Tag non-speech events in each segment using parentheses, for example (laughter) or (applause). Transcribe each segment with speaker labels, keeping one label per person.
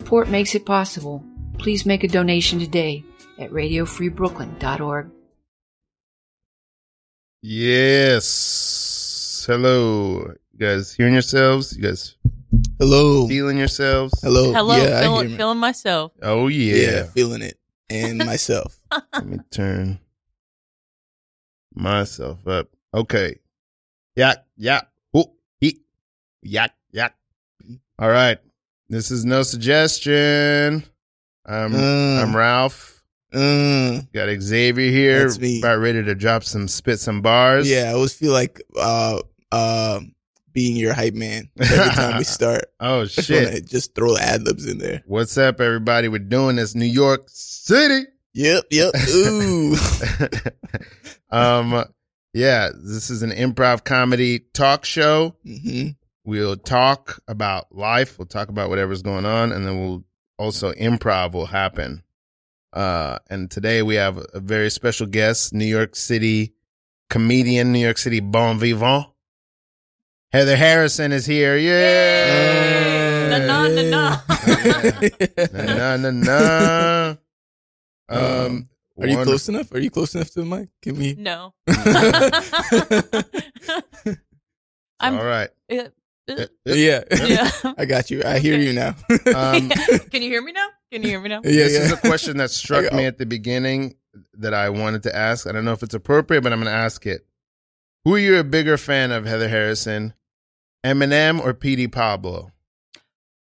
Speaker 1: support makes it possible. Please make a donation today at radiofreebrooklyn.org.
Speaker 2: Yes. Hello. You guys hearing yourselves? You guys
Speaker 3: Hello.
Speaker 2: feeling yourselves?
Speaker 3: Hello.
Speaker 4: Hello,
Speaker 3: Yeah, I
Speaker 4: feeling,
Speaker 3: hear me.
Speaker 4: feeling myself.
Speaker 2: Oh, yeah.
Speaker 3: yeah, feeling it. And myself.
Speaker 2: (laughs)
Speaker 4: (laughs)
Speaker 2: Let me turn myself up. Okay. Yak, yak. Ooh, he. Yak, yak. All right. This is no suggestion. I'm
Speaker 3: Mm.
Speaker 2: I'm Ralph.
Speaker 3: Mm.
Speaker 2: Got Xavier here.
Speaker 3: That's me.
Speaker 2: About ready to drop some spit some bars.
Speaker 3: Yeah, I always feel like uh uh being your hype man every
Speaker 2: (laughs)
Speaker 3: time we start. (laughs)
Speaker 2: Oh
Speaker 3: I just wanna
Speaker 2: shit.
Speaker 3: Just throw ad libs in there.
Speaker 2: What's up, everybody? We're doing this New York City.
Speaker 3: Yep,
Speaker 2: (laughs)
Speaker 3: yep. Ooh.
Speaker 2: um yeah, this is an improv comedy talk show.
Speaker 3: hmm
Speaker 2: We'll talk about life, we'll talk about whatever's going on, and then we'll also improv will happen. Uh and today we have a very special guest, New York City comedian, New York City bon vivant. Heather Harrison is here. Yeah.
Speaker 4: Na, na, na, na.
Speaker 3: (laughs)
Speaker 2: na, na, na. (laughs) Um,
Speaker 3: Are you
Speaker 2: wonder-
Speaker 3: close enough? Are you close enough to the mic? Can we
Speaker 4: (laughs)
Speaker 2: (laughs)
Speaker 4: No. I'm.
Speaker 2: All right.
Speaker 4: uh, uh,
Speaker 3: (laughs) Yeah.
Speaker 2: (laughs)
Speaker 4: yeah. (laughs)
Speaker 3: I got you. I hear
Speaker 4: Okay.
Speaker 3: you now.
Speaker 4: (laughs)
Speaker 2: Um,
Speaker 4: Can you hear me now? Can you hear me now?
Speaker 3: (laughs)
Speaker 2: (laughs)
Speaker 3: yeah,
Speaker 2: this is
Speaker 3: yeah.
Speaker 2: a question that struck me at the beginning that I wanted to ask. I don't know if it's appropriate, but I'm going to ask it. Who are you a bigger fan of, Heather Harrison, Eminem or P.D. Pablo?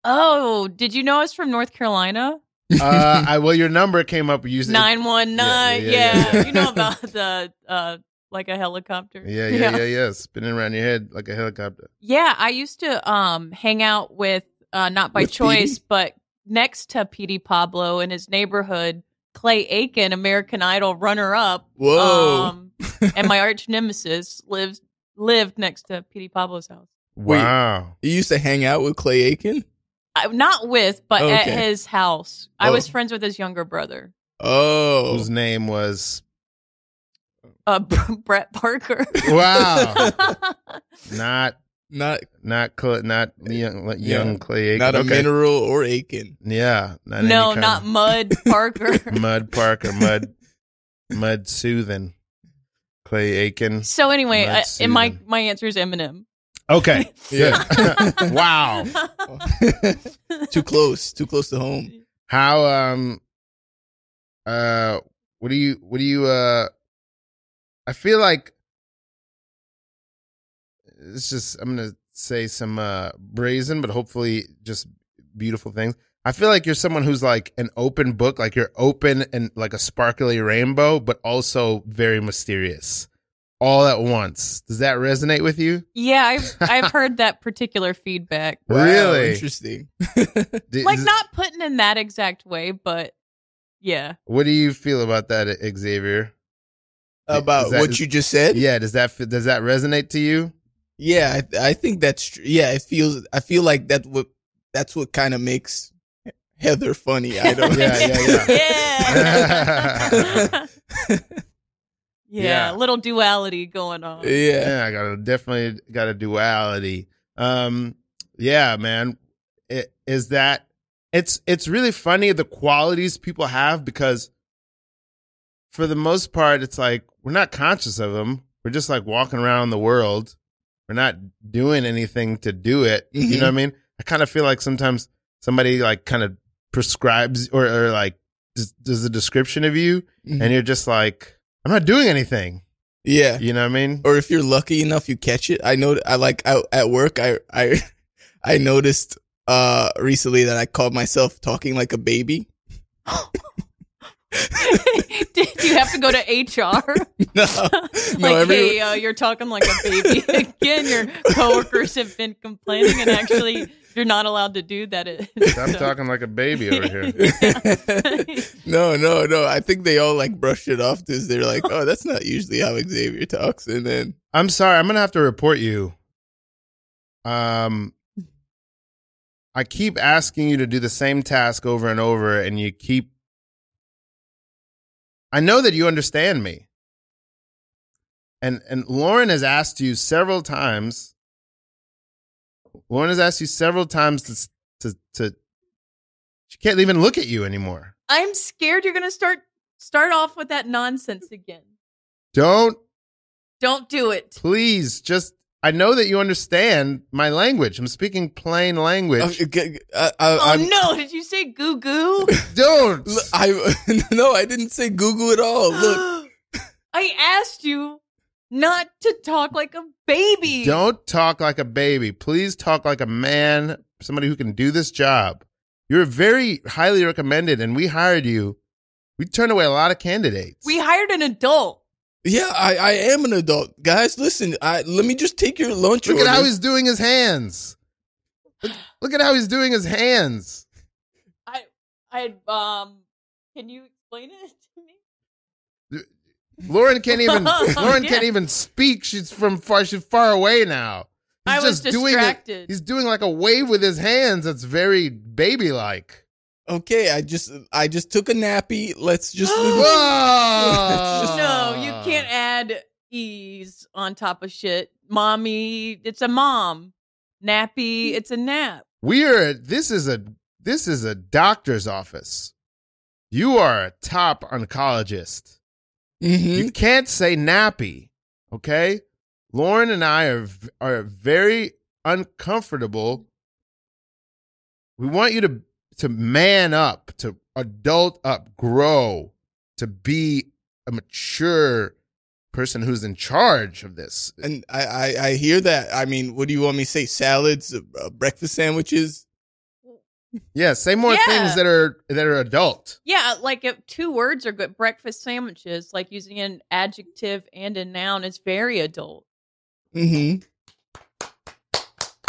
Speaker 4: Oh, did you know I was from North Carolina?
Speaker 2: (laughs) Uh, I well, your number came up. You said-
Speaker 4: Nine one nine.
Speaker 2: Yeah, yeah, yeah,
Speaker 4: Yeah,
Speaker 2: yeah.
Speaker 4: you know
Speaker 2: (laughs)
Speaker 4: about the uh, like a helicopter.
Speaker 2: Yeah, yeah, yeah, yeah. Spinning around your head like a helicopter.
Speaker 4: Yeah, I used to um hang out with uh not by
Speaker 3: With
Speaker 4: choice, but next to Petey Pablo in his neighborhood, Clay Aiken, American Idol runner up.
Speaker 3: Whoa.
Speaker 4: Um and my arch nemesis lives lived next to Petey Pablo's house.
Speaker 3: Wait.
Speaker 2: Wow.
Speaker 3: you used to hang out with Clay Aiken?
Speaker 4: I, not with, but
Speaker 3: Oh,
Speaker 4: at
Speaker 3: okay.
Speaker 4: his house. I
Speaker 3: Oh.
Speaker 4: was friends with his younger brother,
Speaker 3: Oh.
Speaker 2: Whose name was?
Speaker 4: uh, (laughs) Brett Parker.
Speaker 2: (laughs) Wow. (laughs)
Speaker 4: (laughs)
Speaker 2: not
Speaker 3: not
Speaker 2: not Cl- not young like
Speaker 3: Yeah.
Speaker 2: young Clay. Aiken.
Speaker 3: not a
Speaker 2: Okay.
Speaker 3: mineral or Aiken.
Speaker 2: (laughs) Yeah, not any
Speaker 4: no,
Speaker 2: kind
Speaker 4: not
Speaker 2: of
Speaker 4: Mud Parker.
Speaker 2: Mud Parker, Mud Mud Soothing, Clay Aiken.
Speaker 4: so anyway,
Speaker 2: Mud
Speaker 4: I, and my
Speaker 2: Susan.
Speaker 4: my answer is Eminem. (laughs)
Speaker 2: Okay,
Speaker 3: Yeah.
Speaker 2: good. wow.
Speaker 3: too close. Too close to home.
Speaker 2: How um uh what do you what do you uh I feel like it's just I'm gonna say some uh brazen but hopefully just beautiful things. I feel like you're someone who's like an open book, like you're open and like a sparkly rainbow, but also very mysterious. All at once. Does that resonate with you?
Speaker 4: Yeah, I've I've heard that particular feedback.
Speaker 3: Wow,
Speaker 2: Really?
Speaker 3: Interesting.
Speaker 2: Did-
Speaker 4: Like not putting in that exact way, but yeah.
Speaker 2: what do you feel about that, Xavier?
Speaker 3: About
Speaker 2: Is that-
Speaker 3: what you just said?
Speaker 2: Yeah, does that does that resonate to you?
Speaker 3: Yeah, I, I think that's tr- yeah. It feels I feel like that what that's what kind of makes Heather funny. (laughs) I don't.
Speaker 2: Yeah, yeah, yeah.
Speaker 4: (laughs)
Speaker 3: (laughs)
Speaker 4: yeah.
Speaker 2: Yeah.
Speaker 4: Yeah, little duality going
Speaker 3: (laughs)
Speaker 4: on.
Speaker 3: yeah.
Speaker 2: Yeah, I got a definitely got a duality. Um, yeah, man, it, is that it's it's really funny the qualities people have because for the most part it's like we're not conscious of them. We're just like walking around the world. We're not doing anything to do it. You
Speaker 3: Mm-hmm.
Speaker 2: know what I mean? I kind of feel like sometimes somebody like kind of prescribes or, or like does, does a description of you,
Speaker 3: Mhm.
Speaker 2: and you're just like, I'm not doing anything.
Speaker 3: yeah.
Speaker 2: You know what I mean?
Speaker 3: Or if you're lucky enough, you catch it. I know. I like I, at work. I I (laughs) I noticed uh recently that I called myself talking like a baby.
Speaker 4: (laughs)
Speaker 3: (laughs)
Speaker 4: Did you have to go to HR?
Speaker 3: (laughs) no,
Speaker 4: (laughs) like,
Speaker 3: no, every- (laughs)
Speaker 4: hey, uh, you're talking like a baby again. Your coworkers have been complaining, and actually, you're not allowed to do that. (laughs)
Speaker 2: Stop talking like a baby over here.
Speaker 3: no, no, no. I think they all like brushed it off because they're like, oh, that's not usually how Xavier talks. And then
Speaker 2: I'm sorry. I'm gonna have to report you. Um, I keep asking you to do the same task over and over, and you keep. I know that you understand me. And and Lauren has asked you several times. Lauren has asked you several times to s- to to She can't even look at you anymore.
Speaker 4: I'm scared you're gonna start start off with that nonsense again.
Speaker 2: Don't
Speaker 4: Don't do it.
Speaker 2: please just I know that you understand my language. I'm speaking plain
Speaker 3: Uh,
Speaker 2: language.
Speaker 3: g- I, I,
Speaker 4: Oh
Speaker 3: I'm-
Speaker 4: no! Did you say goo goo?
Speaker 2: (laughs) Don't
Speaker 3: Look, I (laughs) no, I didn't say Google at all.
Speaker 4: (gasps)
Speaker 3: Look,
Speaker 2: Oh,
Speaker 4: I asked you not to talk like a baby.
Speaker 2: Don't talk like a baby. Please talk like a man, somebody who can do this job. You're very highly recommended, and we hired you. We turned away a lot of candidates.
Speaker 4: We hired an adult.
Speaker 3: yeah, I, I am an adult, guys. Listen, I let me just take your lunch
Speaker 2: look at
Speaker 3: order.
Speaker 2: how he's doing his hands. Look, look at how he's doing his hands.
Speaker 4: I um. Can you explain it to me?
Speaker 2: Lauren can't
Speaker 4: (laughs)
Speaker 2: even. Lauren can't
Speaker 4: Oh, Yeah.
Speaker 2: even speak. She's from far. She's far away now. He's
Speaker 4: I was
Speaker 2: just doing it.
Speaker 4: distracted.
Speaker 2: He's doing like a wave with his hands. That's very baby-like.
Speaker 3: okay, I just I just took a nappy.
Speaker 2: (gasps)
Speaker 3: Let's just
Speaker 2: Whoa!
Speaker 4: no, you
Speaker 2: uh,
Speaker 4: can't add ease on top of shit. Mommy, it's a mom. Nappy, it's a nap.
Speaker 2: We are this is a this is a doctor's office. You are a top oncologist.
Speaker 3: Mhm.
Speaker 4: Mm-hmm.
Speaker 2: You can't say nappy, okay? Lauren and I are v- are very uncomfortable. We want you to to man up, to adult up, grow, to be a mature person who's in charge of this.
Speaker 3: And I, I I hear that. I mean, what do you want me to say? Salads, uh, uh, breakfast sandwiches.
Speaker 2: Yeah, say more
Speaker 4: Yeah.
Speaker 2: things that are that are adult.
Speaker 4: Yeah, like if two words are good, breakfast sandwiches, like using an adjective and a noun is
Speaker 2: (gasps)
Speaker 4: very adult.
Speaker 3: Mm-hmm.
Speaker 2: (gasps)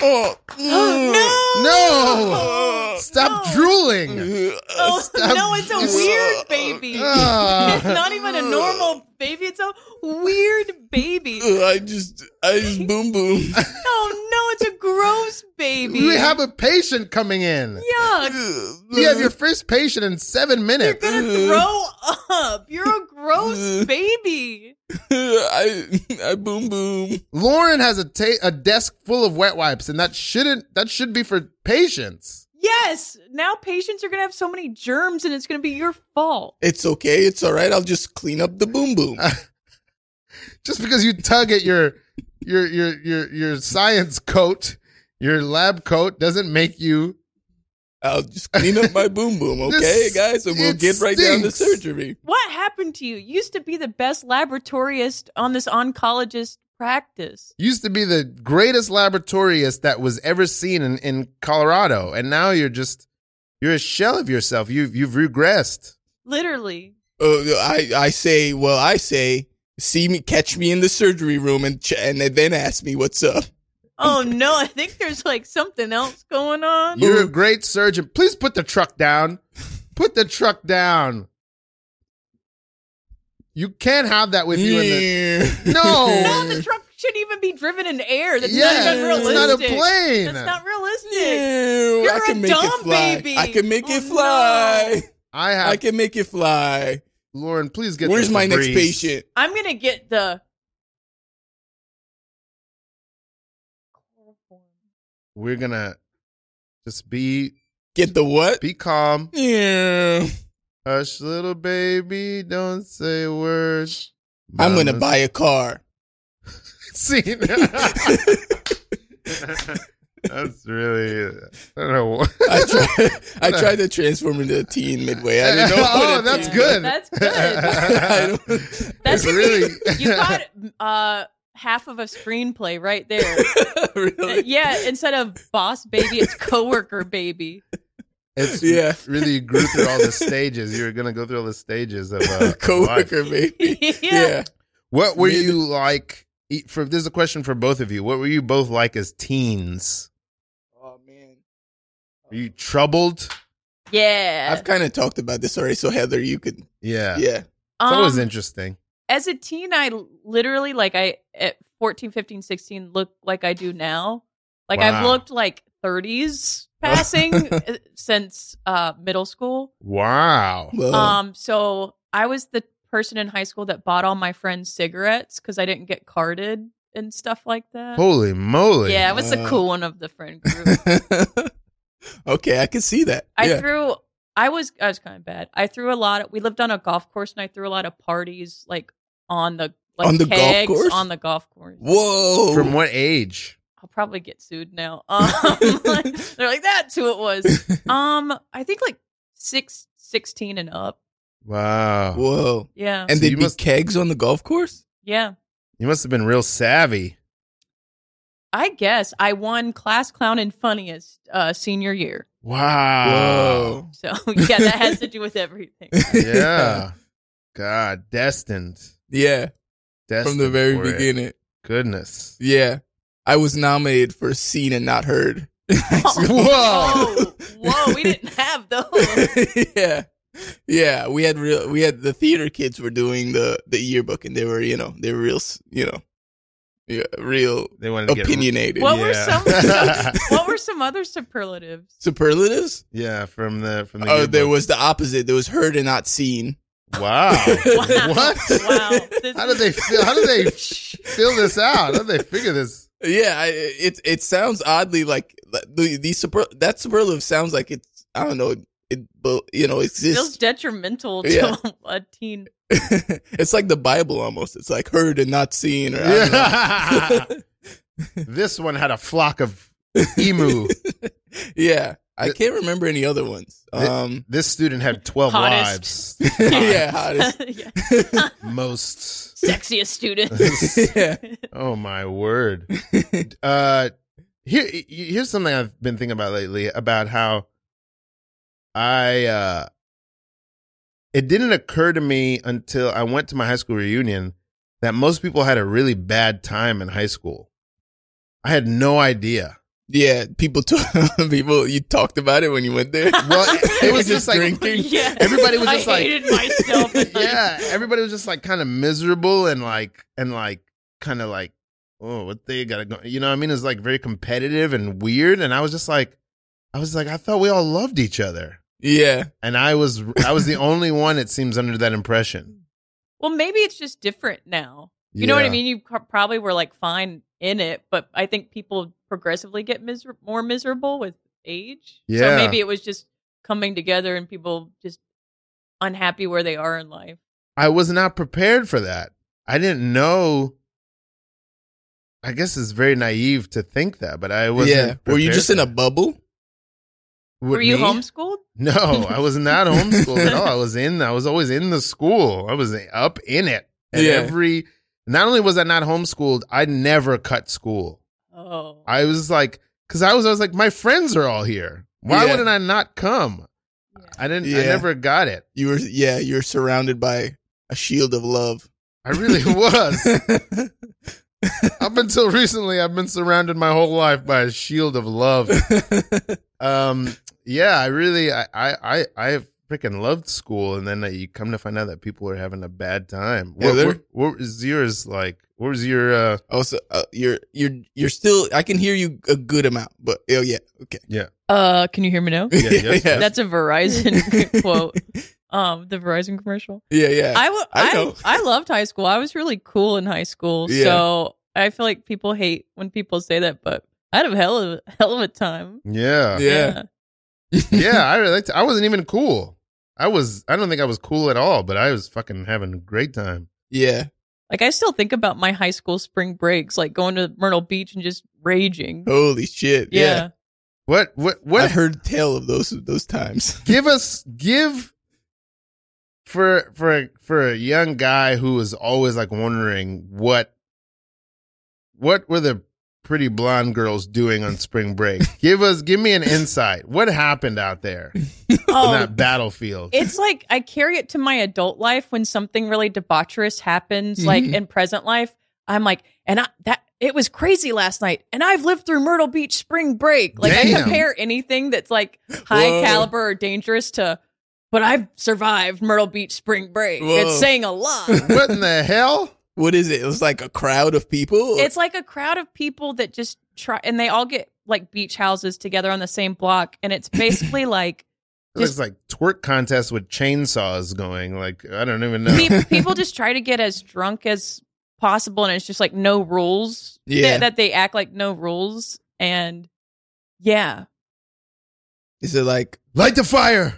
Speaker 3: Oh
Speaker 4: (gasps)
Speaker 3: mm.
Speaker 2: Oh. No! Stop
Speaker 4: No. (laughs)
Speaker 2: drooling.
Speaker 4: Oh,
Speaker 2: (laughs)
Speaker 3: Oh,
Speaker 2: Stop.
Speaker 4: no, it's a weird
Speaker 2: (laughs)
Speaker 4: baby. (laughs) it's (laughs)
Speaker 2: Ah.
Speaker 4: not even a normal baby, it's a weird
Speaker 2: (laughs)
Speaker 4: baby.
Speaker 3: I just I just boom boom.
Speaker 4: Oh no, it's a gross baby.
Speaker 2: we have a patient coming in.
Speaker 4: Yuck.
Speaker 2: You have your first patient in seven
Speaker 4: You're
Speaker 2: minutes.
Speaker 4: gonna grow up. You're a gross
Speaker 2: Mm-hmm.
Speaker 3: Ugh.
Speaker 4: baby.
Speaker 3: (laughs) I I boom boom.
Speaker 2: Lauren has a ta- a desk full of wet wipes, and that shouldn't that should be for patients.
Speaker 4: Yes. Now patients are gonna have so many germs, and it's gonna be your fault.
Speaker 3: It's okay. It's all right. I'll just clean up the boom boom.
Speaker 2: Just because you tug at your your your your your science coat, your lab coat, doesn't make you.
Speaker 3: I'll just clean up my boom boom. Okay,
Speaker 2: (laughs) This-
Speaker 3: guys, and we'll
Speaker 2: it
Speaker 3: get right down to
Speaker 2: stinks.
Speaker 3: surgery.
Speaker 4: What happened to you? You used to be the best laboratorist on this oncologist practice.
Speaker 2: Used to be the greatest laboratorist that was ever seen in, in Colorado, and now you're just you're a shell of yourself. You've you've regressed.
Speaker 4: Literally.
Speaker 3: Uh, I I say, well, I say, see me, catch me in the surgery room, and ch- and then ask me what's up.
Speaker 4: Oh no, I think there's like something else going on.
Speaker 2: You're a great surgeon. Please put the truck down. Put the truck down. You can't have that with you in the. No.
Speaker 4: No, the truck shouldn't even be driven in air. That's not even
Speaker 2: Yeah, it's
Speaker 4: realistic.
Speaker 2: not a plane.
Speaker 4: That's not
Speaker 3: (laughs)
Speaker 4: realistic.
Speaker 3: Ew,
Speaker 4: You're
Speaker 3: I can
Speaker 4: a
Speaker 3: make
Speaker 4: dumb
Speaker 3: it fly.
Speaker 4: baby.
Speaker 3: I can make
Speaker 4: Oh,
Speaker 3: it fly.
Speaker 2: I have
Speaker 3: I can make it fly.
Speaker 2: Lauren. Please get.
Speaker 3: Where's
Speaker 2: the
Speaker 3: my next
Speaker 2: Febreze.
Speaker 3: patient?
Speaker 4: I'm gonna get the
Speaker 2: We're gonna just be
Speaker 3: Get the what?
Speaker 2: be calm.
Speaker 3: Yeah.
Speaker 2: Hush, little baby, don't say a word.
Speaker 3: I'm gonna
Speaker 2: Mama's
Speaker 3: buy
Speaker 2: (laughs)
Speaker 3: a car. (laughs)
Speaker 2: seen. (laughs) That's really. I don't know. what-
Speaker 3: I tried. I tried to transform into a teen midway. I didn't know. what
Speaker 2: (laughs) oh,
Speaker 3: a
Speaker 2: that's
Speaker 4: Yeah,
Speaker 3: teen-
Speaker 2: good. (laughs)
Speaker 4: that's good.
Speaker 3: I (laughs) don't-
Speaker 4: That's
Speaker 2: really.
Speaker 4: You
Speaker 2: (laughs)
Speaker 4: got uh, half of a screenplay right
Speaker 2: (laughs)
Speaker 4: there. Uh,
Speaker 3: (laughs) really.
Speaker 4: yeah, instead of boss baby, it's coworker baby. (laughs)
Speaker 2: It's
Speaker 3: Yeah.
Speaker 2: really you grew through all
Speaker 3: (laughs)
Speaker 2: the stages. You were gonna go through all the stages of uh, life.
Speaker 3: Coworker, baby.
Speaker 4: (laughs) yeah.
Speaker 3: Yeah.
Speaker 2: What were
Speaker 3: Mid-
Speaker 2: you like? e- For this is a question for both of you. What were you both like as teens?
Speaker 3: Oh man. Um,
Speaker 2: Were you troubled?
Speaker 4: Yeah.
Speaker 3: I've kind of talked about this already, so Heather, you could.
Speaker 2: Yeah, it's
Speaker 3: Yeah.
Speaker 2: always
Speaker 4: Um,
Speaker 2: interesting.
Speaker 4: as a teen, I l- literally, like, I at 14, 15, 16, look like I do now. Like, I've
Speaker 2: Wow.
Speaker 4: looked like 30s
Speaker 2: (laughs)
Speaker 4: passing uh, since uh, middle school.
Speaker 2: Wow.
Speaker 3: Well,
Speaker 4: Um, so I was the person in high school that bought all my friends cigarettes because I didn't get carded and stuff like that.
Speaker 2: Holy moly.
Speaker 4: yeah, I was the
Speaker 3: Wow. (laughs)
Speaker 4: cool one of the friend group.
Speaker 3: (laughs) okay, I can see that.
Speaker 4: I
Speaker 3: yeah.
Speaker 4: threw I was I was kind of bad. I threw a lot. Of, we lived on a golf course, and I threw a lot of parties like on the like
Speaker 3: On the golf
Speaker 4: kegs
Speaker 3: course?
Speaker 4: on the golf course.
Speaker 3: Whoa.
Speaker 2: From what age?
Speaker 4: I'll probably get
Speaker 3: (laughs)
Speaker 4: sued now. Um, (laughs) they're like that's who it was. Um, I think like six, 16 and up.
Speaker 2: Wow.
Speaker 3: Whoa.
Speaker 4: Yeah,
Speaker 3: And
Speaker 2: So
Speaker 3: they'd
Speaker 2: you
Speaker 3: be
Speaker 2: must-
Speaker 3: kegs on the golf course?
Speaker 4: yeah.
Speaker 2: You must have been real savvy.
Speaker 4: I guess I won class clown and funniest uh, senior year.
Speaker 2: Wow.
Speaker 3: Whoa.
Speaker 4: So (laughs) yeah, that has to do
Speaker 2: (laughs)
Speaker 4: with everything.
Speaker 2: Ah.
Speaker 3: (laughs)
Speaker 2: Yeah. God, destined.
Speaker 3: yeah.
Speaker 2: destined
Speaker 3: From the very
Speaker 2: for it.
Speaker 3: beginning.
Speaker 2: Goodness.
Speaker 3: Yeah. I was nominated for seen and not
Speaker 4: (laughs)
Speaker 3: heard. (laughs)
Speaker 4: Oh, whoa, whoa, we didn't have those.
Speaker 3: (laughs) yeah. Yeah, we had real we had the theater kids were doing the the yearbook and they were, you know, they were real, s- you know, yeah, real
Speaker 2: They wanted to get
Speaker 3: opinionated.
Speaker 4: What were
Speaker 2: Yeah. (laughs)
Speaker 4: some, some- What were some other superlatives?
Speaker 3: Superlatives?
Speaker 2: yeah, from the from the
Speaker 3: Oh, there
Speaker 2: yearbook.
Speaker 3: was the opposite. There was heard and not seen. (laughs)
Speaker 2: Wow.
Speaker 4: Wow.
Speaker 2: (laughs) What?
Speaker 4: Wow. This
Speaker 2: How did they feel how did (laughs)
Speaker 3: (laughs)
Speaker 4: (laughs)
Speaker 2: they fill this out? How did they figure this?
Speaker 3: Yeah, I, it it sounds oddly like the the super that superlative sounds like it's I don't know it bo- you know
Speaker 4: feels
Speaker 3: exists.
Speaker 4: detrimental to
Speaker 3: Yeah.
Speaker 2: (laughs)
Speaker 4: a teen?
Speaker 3: (laughs) it's like the Bible almost. It's like heard and not seen. Or, yeah.
Speaker 2: Yeah. (laughs)
Speaker 3: (laughs)
Speaker 2: this one had a flock of emu.
Speaker 3: (laughs) yeah, I can't remember any other ones.
Speaker 2: (laughs)
Speaker 3: Um,
Speaker 2: This student had 12
Speaker 4: Hottest.
Speaker 2: lives.
Speaker 3: yeah,
Speaker 2: (laughs)
Speaker 3: hottest.
Speaker 4: (laughs) yeah.
Speaker 2: Most.
Speaker 4: Sexiest
Speaker 2: (laughs)
Speaker 4: student.
Speaker 3: yeah.
Speaker 2: Oh my word. uh here y- here's something I've been thinking about lately about how I uh it didn't occur to me until I went to my high school reunion that most people had a really bad time in high school. I had no idea.
Speaker 3: yeah, people t- (laughs) people you talked about it when you
Speaker 2: (laughs)
Speaker 3: went there.
Speaker 2: Well, it, it was just like
Speaker 3: drinking.
Speaker 4: (laughs) yeah.
Speaker 2: Everybody was just
Speaker 4: I
Speaker 2: like-
Speaker 4: hated (laughs) myself. at
Speaker 2: (laughs)
Speaker 4: high
Speaker 2: yeah,
Speaker 4: school.
Speaker 2: everybody was just like kind of miserable and like and like kind of like oh what they gotta go you know what I mean it's like very competitive and weird and I was just like I was like I thought we all loved each other
Speaker 3: Yeah,
Speaker 2: and I was I was the only one it seems under that impression
Speaker 4: Well, maybe it's just different now. You know what I
Speaker 2: Yeah.
Speaker 4: mean? You pro- probably were like fine in it, but I think people progressively get miser- more miserable with age.
Speaker 2: Yeah.
Speaker 4: So maybe it was just coming together and people just unhappy where they are in life.
Speaker 2: I was not prepared for that I didn't know I guess it's very naive to think that but I wasn't
Speaker 3: yeah. Were you
Speaker 2: prepared
Speaker 3: just
Speaker 2: for
Speaker 3: in a
Speaker 2: that.
Speaker 3: bubble?
Speaker 2: With
Speaker 4: were you
Speaker 2: me?
Speaker 4: homeschooled?
Speaker 2: No, I was not homeschooled at all. I was in. I was always in the school. I was up in it. At
Speaker 3: Yeah.
Speaker 2: Every. Not only was I not homeschooled, I never cut school.
Speaker 4: Oh.
Speaker 2: I was like, because I was, I was like, my friends are all here. Why
Speaker 3: Yeah.
Speaker 2: wouldn't I not come? I didn't. I
Speaker 3: Yeah.
Speaker 2: never got it.
Speaker 3: You were yeah. You were surrounded by a shield of love.
Speaker 2: I really (laughs) was. up until recently, I've been surrounded my whole life by a shield of love. um yeah i really i i i, I freaking loved school and then uh, you come to find out that people are having a bad time
Speaker 3: Yeah,
Speaker 2: what,
Speaker 3: they're-
Speaker 2: what, what was yours like what was your uh
Speaker 3: (laughs) also, uh, you're you're you're still. I can hear you a good amount, but oh yeah, okay.
Speaker 4: Uh, can you hear me now?
Speaker 2: Yeah, (laughs) yes, yes.
Speaker 4: That's a Verizon (laughs) quote. Um, the Verizon commercial.
Speaker 3: (laughs) yeah, yeah.
Speaker 4: I w-
Speaker 3: I
Speaker 4: I-
Speaker 3: know.
Speaker 4: I loved high school. I was really cool in high school.
Speaker 3: Yeah.
Speaker 4: So I feel like people hate when people say that, but I had a hell of a hell of a time.
Speaker 2: yeah
Speaker 3: Yeah.
Speaker 2: yeah i really liked, i wasn't even cool i was i don't think i was cool at all but i was fucking having a great time
Speaker 3: (laughs) yeah.
Speaker 4: Like I still think about my high school spring breaks, like going to Myrtle Beach and just raging.
Speaker 3: Holy shit.
Speaker 4: yeah.
Speaker 3: Oh, Yeah.
Speaker 2: what what
Speaker 3: What?
Speaker 2: what
Speaker 3: I've heard tale of those those times.
Speaker 2: give us give for for for a young guy who is always like wondering what what were the pretty blonde girls doing on spring break give us give me an insight what happened out there on
Speaker 4: (laughs) Oh,
Speaker 2: that battlefield
Speaker 4: it's like I carry it to my adult life when something really debaucherous happens, like
Speaker 3: Mhm.
Speaker 4: in present life. I'm like, and I, that it was crazy last night, and I've lived through Myrtle Beach spring break. Like I
Speaker 2: Damn.
Speaker 4: compare anything that's like high
Speaker 3: Whoa.
Speaker 4: caliber or dangerous to, but I've survived Myrtle Beach spring break.
Speaker 3: Whoa.
Speaker 4: It's saying a lot.
Speaker 3: (laughs)
Speaker 2: what in the
Speaker 4: (laughs)
Speaker 2: hell
Speaker 3: What is it? It was like a crowd of people.
Speaker 4: It's like a crowd of people that just try, and they all get like beach houses together on the same block, and it's basically like
Speaker 2: it's like twerk contest with chainsaws going like i don't even know
Speaker 4: pe- people just try to get as drunk as possible, and it's just like no rules. Th-
Speaker 3: Yeah.
Speaker 4: that they act like no rules, and yeah,
Speaker 3: is it like
Speaker 2: light the fire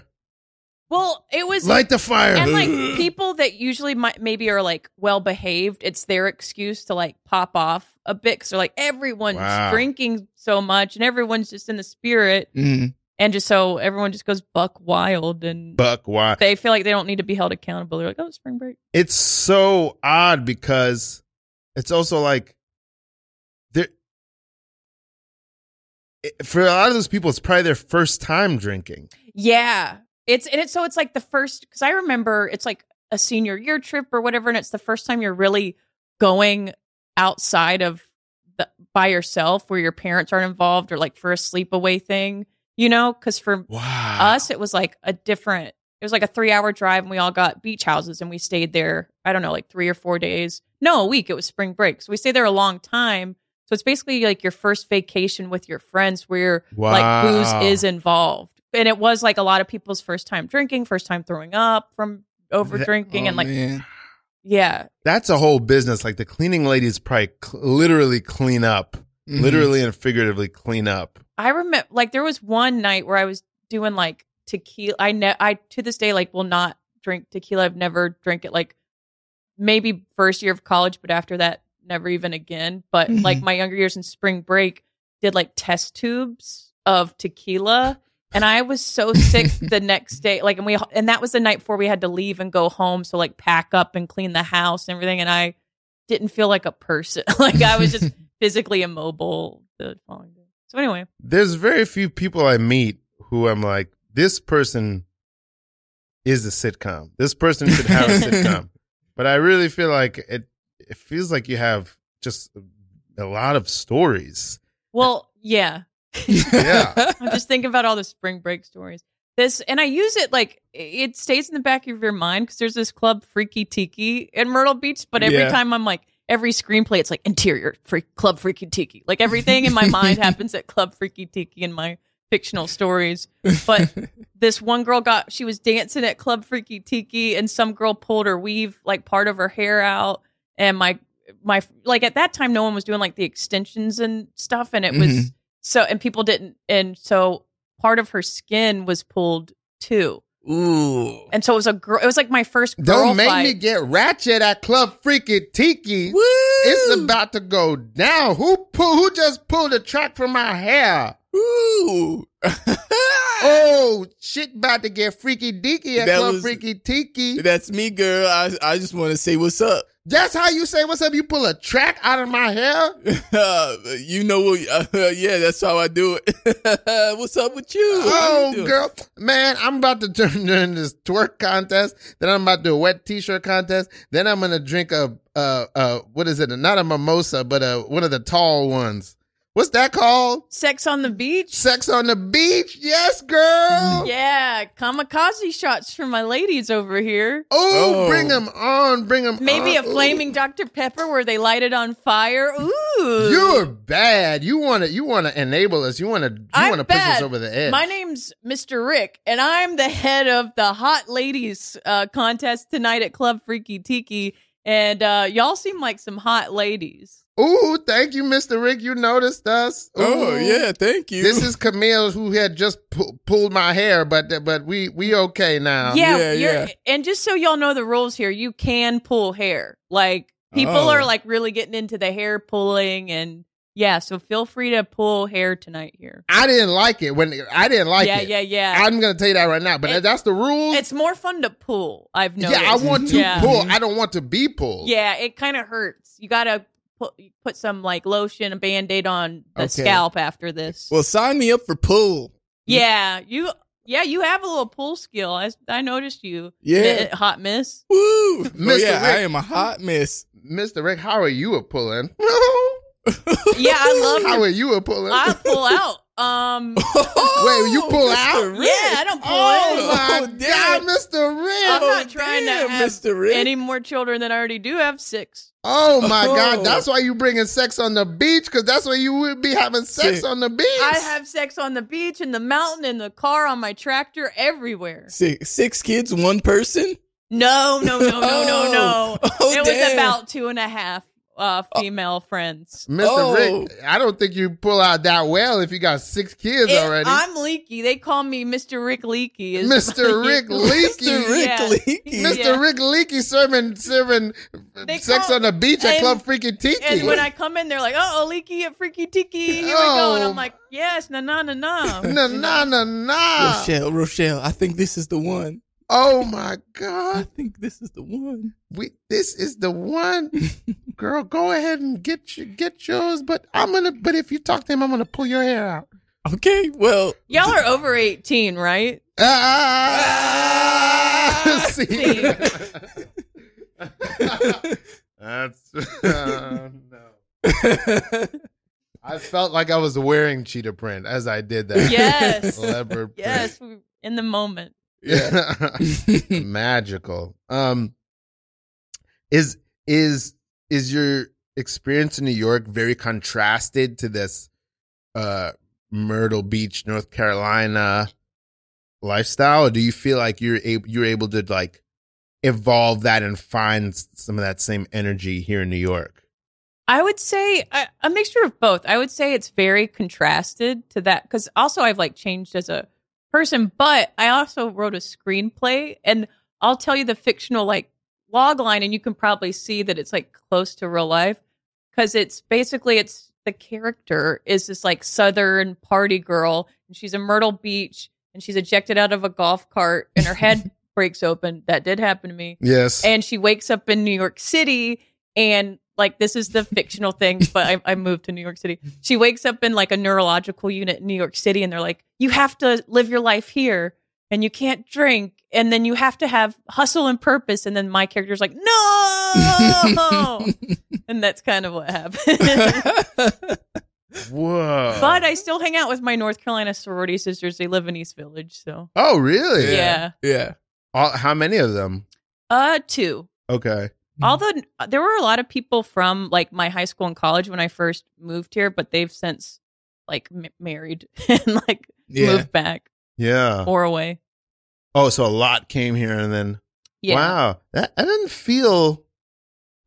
Speaker 4: Well, it was
Speaker 2: Light the fire. (laughs)
Speaker 4: and like
Speaker 2: uh,
Speaker 4: people that usually might maybe are like well behaved, it's their excuse to like pop off a bit. Cause they're like everyone's
Speaker 2: Wow.
Speaker 4: drinking so much and everyone's just in the spirit,
Speaker 3: Mm.
Speaker 4: and just so everyone just goes buck wild and
Speaker 2: Buck why?
Speaker 4: they feel like they don't need to be held accountable. They're like, oh, spring break.
Speaker 2: It's so odd because it's also like there it- for a lot of those people, it's probably their first time drinking.
Speaker 4: Yeah. It's and it's so it's like the first because I remember it's like a senior year trip or whatever, and it's the first time you're really going outside of the by yourself where your parents aren't involved or like for a sleepaway thing, you know? Because for
Speaker 2: Wow.
Speaker 4: us, it was like a different. It was like a three hour drive, and we all got beach houses, and we stayed there. I don't know, like three or four days. No, a week. It was spring break, so we stayed there a long time. So it's basically like your first vacation with your friends, where you're like
Speaker 2: Wow.
Speaker 4: booze is involved and it was like a lot of people's first time drinking first time throwing up from over
Speaker 2: Th-
Speaker 4: drinking
Speaker 3: Oh,
Speaker 4: and like
Speaker 3: man.
Speaker 4: yeah
Speaker 2: That's a whole business. Like the cleaning ladies probably cl- literally clean up,
Speaker 3: Mhm.
Speaker 2: literally and figuratively clean up.
Speaker 4: i remember like there was one night where i was doing like tequila i ne- i to this day like will not drink tequila i've never drank it like maybe first year of college but after that never even again but
Speaker 3: Mhm.
Speaker 4: like my younger years in spring break did like test tubes of tequila and i was so sick the next day like and we and that was the night before we had to leave and go home so like pack up and clean the house and everything and i didn't feel like a person (laughs) like i was just physically immobile the following day so anyway
Speaker 2: There's very few people I meet who I'm like, this person is a sitcom. This person should have
Speaker 3: (laughs)
Speaker 2: a sitcom. But I really feel like it. It feels like you have just a lot of stories.
Speaker 4: well yeah
Speaker 2: (laughs) Yeah.
Speaker 4: I'm just thinking about all the spring break stories. This and I use it like it stays in the back of your mind because there's this club Freaky Tiki in Myrtle Beach, but every
Speaker 3: Yeah.
Speaker 4: time I'm like every screenplay, it's like interior freak, club Freaky Tiki. Like everything in my mind happens at club Freaky Tiki in my fictional stories. But this one girl got she was dancing at club Freaky Tiki, and some girl pulled her weave like part of her hair out, and my my like at that time no one was doing like the extensions and stuff, and it
Speaker 2: Mm-hmm.
Speaker 4: was
Speaker 3: Mhm.
Speaker 4: so and people didn't and so part of her skin was pulled too
Speaker 3: (laughs) Ooh.
Speaker 4: and so it was a girl it was like my first girl
Speaker 2: Don't make
Speaker 4: fight.
Speaker 2: me get ratchet at Club Freaky Tiki.
Speaker 3: Woo!
Speaker 2: It's about to go down. Who pull, Who just pulled a track from my hair?
Speaker 3: Ooh.
Speaker 2: Oh, shit about to get freaky deaky at
Speaker 3: That
Speaker 2: Club
Speaker 3: was-
Speaker 2: Freaky Tiki.
Speaker 3: (laughs) That's me, girl. I I just want to say what's up. (laughs)
Speaker 2: That's how you say what's up. You pull a track out of my hair.
Speaker 3: you know what? (laughs) yeah, that's how I do it. (laughs) what's up with you? How you
Speaker 2: Oh,
Speaker 3: doing?
Speaker 2: girl, man, I'm about to turn (laughs) in this twerk contest. Then I'm about to do a wet t-shirt contest. Then I'm gonna drink a uh uh what is it? Not a mimosa, but a one of the tall ones. What's that called?
Speaker 4: sex on the beach
Speaker 2: Sex on the beach? Yes, girl.
Speaker 4: yeah kamikaze shots for my ladies over here
Speaker 2: Oh,
Speaker 3: Oh.
Speaker 2: bring 'em on, bring 'em.
Speaker 4: maybe a
Speaker 2: on. Uh, Ooh.
Speaker 4: flaming dr pepper where they light it on fire ooh
Speaker 2: You're bad. You wanna you wanna enable us. You wanna you
Speaker 4: I'm
Speaker 2: wanna push us
Speaker 4: bad.
Speaker 2: over the edge.
Speaker 4: my name's Mr. Rick, and I'm the head of the Hot Ladies uh, contest tonight at Club Freaky Tiki. And uh, y'all seem like some hot ladies.
Speaker 2: Ooh, thank you, Mr. Rick. You noticed us. Ooh.
Speaker 3: Oh, yeah. Thank you.
Speaker 2: This is Camille who had just pu- pulled my hair, but but we we okay now.
Speaker 4: yeah,
Speaker 3: yeah,
Speaker 4: you're,
Speaker 3: yeah.
Speaker 4: and just so y'all know the rules here, you can pull hair. Like people
Speaker 3: Oh.
Speaker 4: are like really getting into the hair pulling, and yeah, so feel free to pull hair tonight here.
Speaker 2: I didn't like it when I didn't like
Speaker 4: yeah,
Speaker 2: it.
Speaker 4: yeah, yeah,
Speaker 2: I'm gonna tell you that right now, but
Speaker 4: It-
Speaker 2: that's the rules.
Speaker 4: It's more fun to pull. I've
Speaker 2: yeah,
Speaker 4: noticed.
Speaker 2: I want to
Speaker 4: Yeah.
Speaker 2: pull. I don't want to be pulled.
Speaker 4: Yeah, it kind of hurts. You gotta put put some like lotion, a band aid on the
Speaker 2: Okay.
Speaker 4: scalp after this.
Speaker 3: (laughs) well, sign me up for pool.
Speaker 4: yeah, you. Yeah, you have a little pull skill. I, I noticed you.
Speaker 3: Yeah.
Speaker 4: Uh, Hot miss.
Speaker 3: Woo. Oh,
Speaker 2: Mr.
Speaker 3: yeah, I
Speaker 2: Rick.
Speaker 3: am a hot (laughs) mess.
Speaker 2: Mr. Rick, how are you a pulling? (laughs)
Speaker 4: Yeah, I love
Speaker 2: how
Speaker 4: your
Speaker 2: are you a pulling?
Speaker 4: (laughs) I pull out.
Speaker 3: (laughs)
Speaker 4: Um,
Speaker 2: Wait, you pull
Speaker 3: Mr.
Speaker 2: out?
Speaker 3: Rick.
Speaker 4: yeah, I don't pull
Speaker 2: (laughs) oh
Speaker 4: in
Speaker 2: my
Speaker 3: Oh,
Speaker 2: god,
Speaker 3: damn.
Speaker 2: Mr.
Speaker 4: I'm
Speaker 2: Rick!
Speaker 4: not trying to
Speaker 3: Oh, damn,
Speaker 4: have
Speaker 3: Mr. Rick.
Speaker 4: any more children than I already do. I have six.
Speaker 2: Oh my
Speaker 3: Oh.
Speaker 2: god, that's why you bringing sex on the beach because that's why you would be having sex
Speaker 3: See,
Speaker 2: on the beach.
Speaker 4: I have sex on the beach, in the mountain, in the car, on my tractor, everywhere.
Speaker 3: Six, six kids, one person?
Speaker 4: No, no, no, no, no,
Speaker 3: Oh,
Speaker 4: no.
Speaker 3: oh,
Speaker 4: it was
Speaker 3: damn.
Speaker 4: about two and a half uh, female friends.
Speaker 2: Mr.
Speaker 3: Oh.
Speaker 2: Rick, I don't think you pull out that well if you got six kids
Speaker 4: If
Speaker 2: already.
Speaker 4: I'm leaky. They call me Mr. Rick Leaky. is
Speaker 2: Mr.
Speaker 4: (laughs) my-
Speaker 2: Rick Leakey.
Speaker 3: Mr. Rick
Speaker 4: Yeah.
Speaker 3: Leakey.
Speaker 2: Mr.
Speaker 4: Yeah.
Speaker 2: Rick Leakey serving serving
Speaker 4: They
Speaker 2: sex
Speaker 4: call-
Speaker 2: on the beach at
Speaker 4: and-
Speaker 2: Club Freaking Tiki.
Speaker 4: And (laughs) when I come in, they're like, "Oh, Leaky at Freaky Tiki, here we go," and
Speaker 2: Oh.
Speaker 4: I'm like, "Yes, na na na na."
Speaker 2: (laughs) na na na na.
Speaker 3: Rochelle, Rochelle, I think this is the one.
Speaker 2: Oh my
Speaker 3: I
Speaker 2: God,
Speaker 3: think this is the one.
Speaker 2: we this is the one. Girl, go ahead and get your, get yours. But I'm gonna. But if you talk to him, I'm gonna pull your hair out.
Speaker 3: Okay, (laughs) well,
Speaker 4: Y'all are over eighteen, right?
Speaker 2: Ah! (laughs) See?
Speaker 4: See.
Speaker 2: That's (laughs) uh, no. I felt like I was wearing cheetah print as I did that.
Speaker 4: Yes,
Speaker 2: Leopard print.
Speaker 4: (laughs) yes, we- in the moment.
Speaker 2: Yeah. (laughs) Magical. Um is is is your experience in New York very contrasted to this uh Myrtle Beach, North Carolina lifestyle? Or do you feel like you're able you're able to like evolve that and find s- some of that same energy here in New York?
Speaker 4: I would say a, a mixture of both. I would say it's very contrasted to that because also I've like changed as a person, but I also wrote a screenplay, and I'll tell you the fictional like log line, and you can probably see that it's like close to real life because it's basically it's the character is this like southern party girl, and she's in Myrtle Beach, and she's ejected out of a golf cart, and her head breaks open. That did happen to me
Speaker 2: Yes.
Speaker 4: and she wakes up in New York City and like this is the fictional thing but I, I moved to New York City. She wakes up in like a neurological unit in New York City and they're like you have to live your life here and you can't drink and then you have to have hustle and purpose and then my character's
Speaker 3: (laughs)
Speaker 4: like no and that's kind of what happened.
Speaker 2: Whoa.
Speaker 4: but I still hang out with my North Carolina sorority sisters. They live in East Village, so
Speaker 2: oh, really?
Speaker 4: yeah.
Speaker 3: (laughs) yeah.
Speaker 2: All, how many of them?
Speaker 4: Uh two.
Speaker 2: Okay.
Speaker 4: Although uh, there were a lot of people from like my high school and college when I first moved here, but they've since like m- married (laughs) and like
Speaker 3: Yeah.
Speaker 4: moved back
Speaker 2: Yeah.
Speaker 4: or away.
Speaker 2: Oh, so a lot came here and then
Speaker 4: Yeah.
Speaker 2: Wow, that I didn't feel.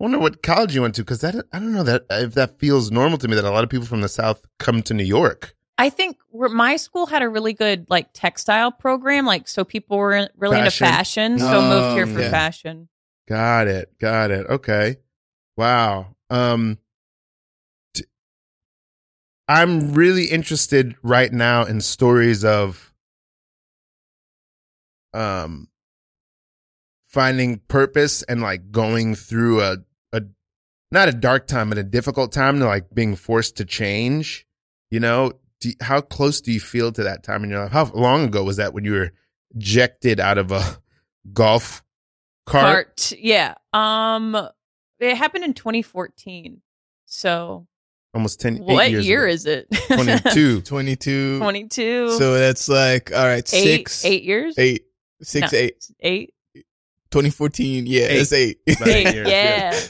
Speaker 2: Wonder what college you went to because that I don't know that if that feels normal to me that a lot of people from the South come to New York.
Speaker 4: I think where my school had a really good like textile program, like so people were really
Speaker 2: Fashion.
Speaker 4: into fashion, so moved here
Speaker 3: Um,
Speaker 4: for
Speaker 3: yeah.
Speaker 4: fashion.
Speaker 2: Got it, got it. Okay, wow. Um, t- I'm really interested right now in stories of um finding purpose and like going through a a not a dark time but a difficult time to like being forced to change you know do, how close do you feel to that time in your life how long ago was that when you were ejected out of a (laughs) golf cart,
Speaker 4: Cart, yeah. Um, it happened in 2014. So
Speaker 2: almost 10 eight
Speaker 4: what
Speaker 2: years
Speaker 4: year
Speaker 2: ago.
Speaker 4: is it?
Speaker 3: (laughs)
Speaker 4: (laughs)
Speaker 2: 22
Speaker 3: 22.
Speaker 4: 22.
Speaker 3: So that's like, all right,
Speaker 4: eight,
Speaker 3: six,
Speaker 4: eight years.
Speaker 3: eight, six,
Speaker 4: No.
Speaker 3: eight.
Speaker 4: Eight.
Speaker 3: 2014. Yeah,
Speaker 2: Eight.
Speaker 3: it's eight. Oh,
Speaker 2: About eight
Speaker 4: (laughs) Eight,
Speaker 2: years,
Speaker 4: yeah.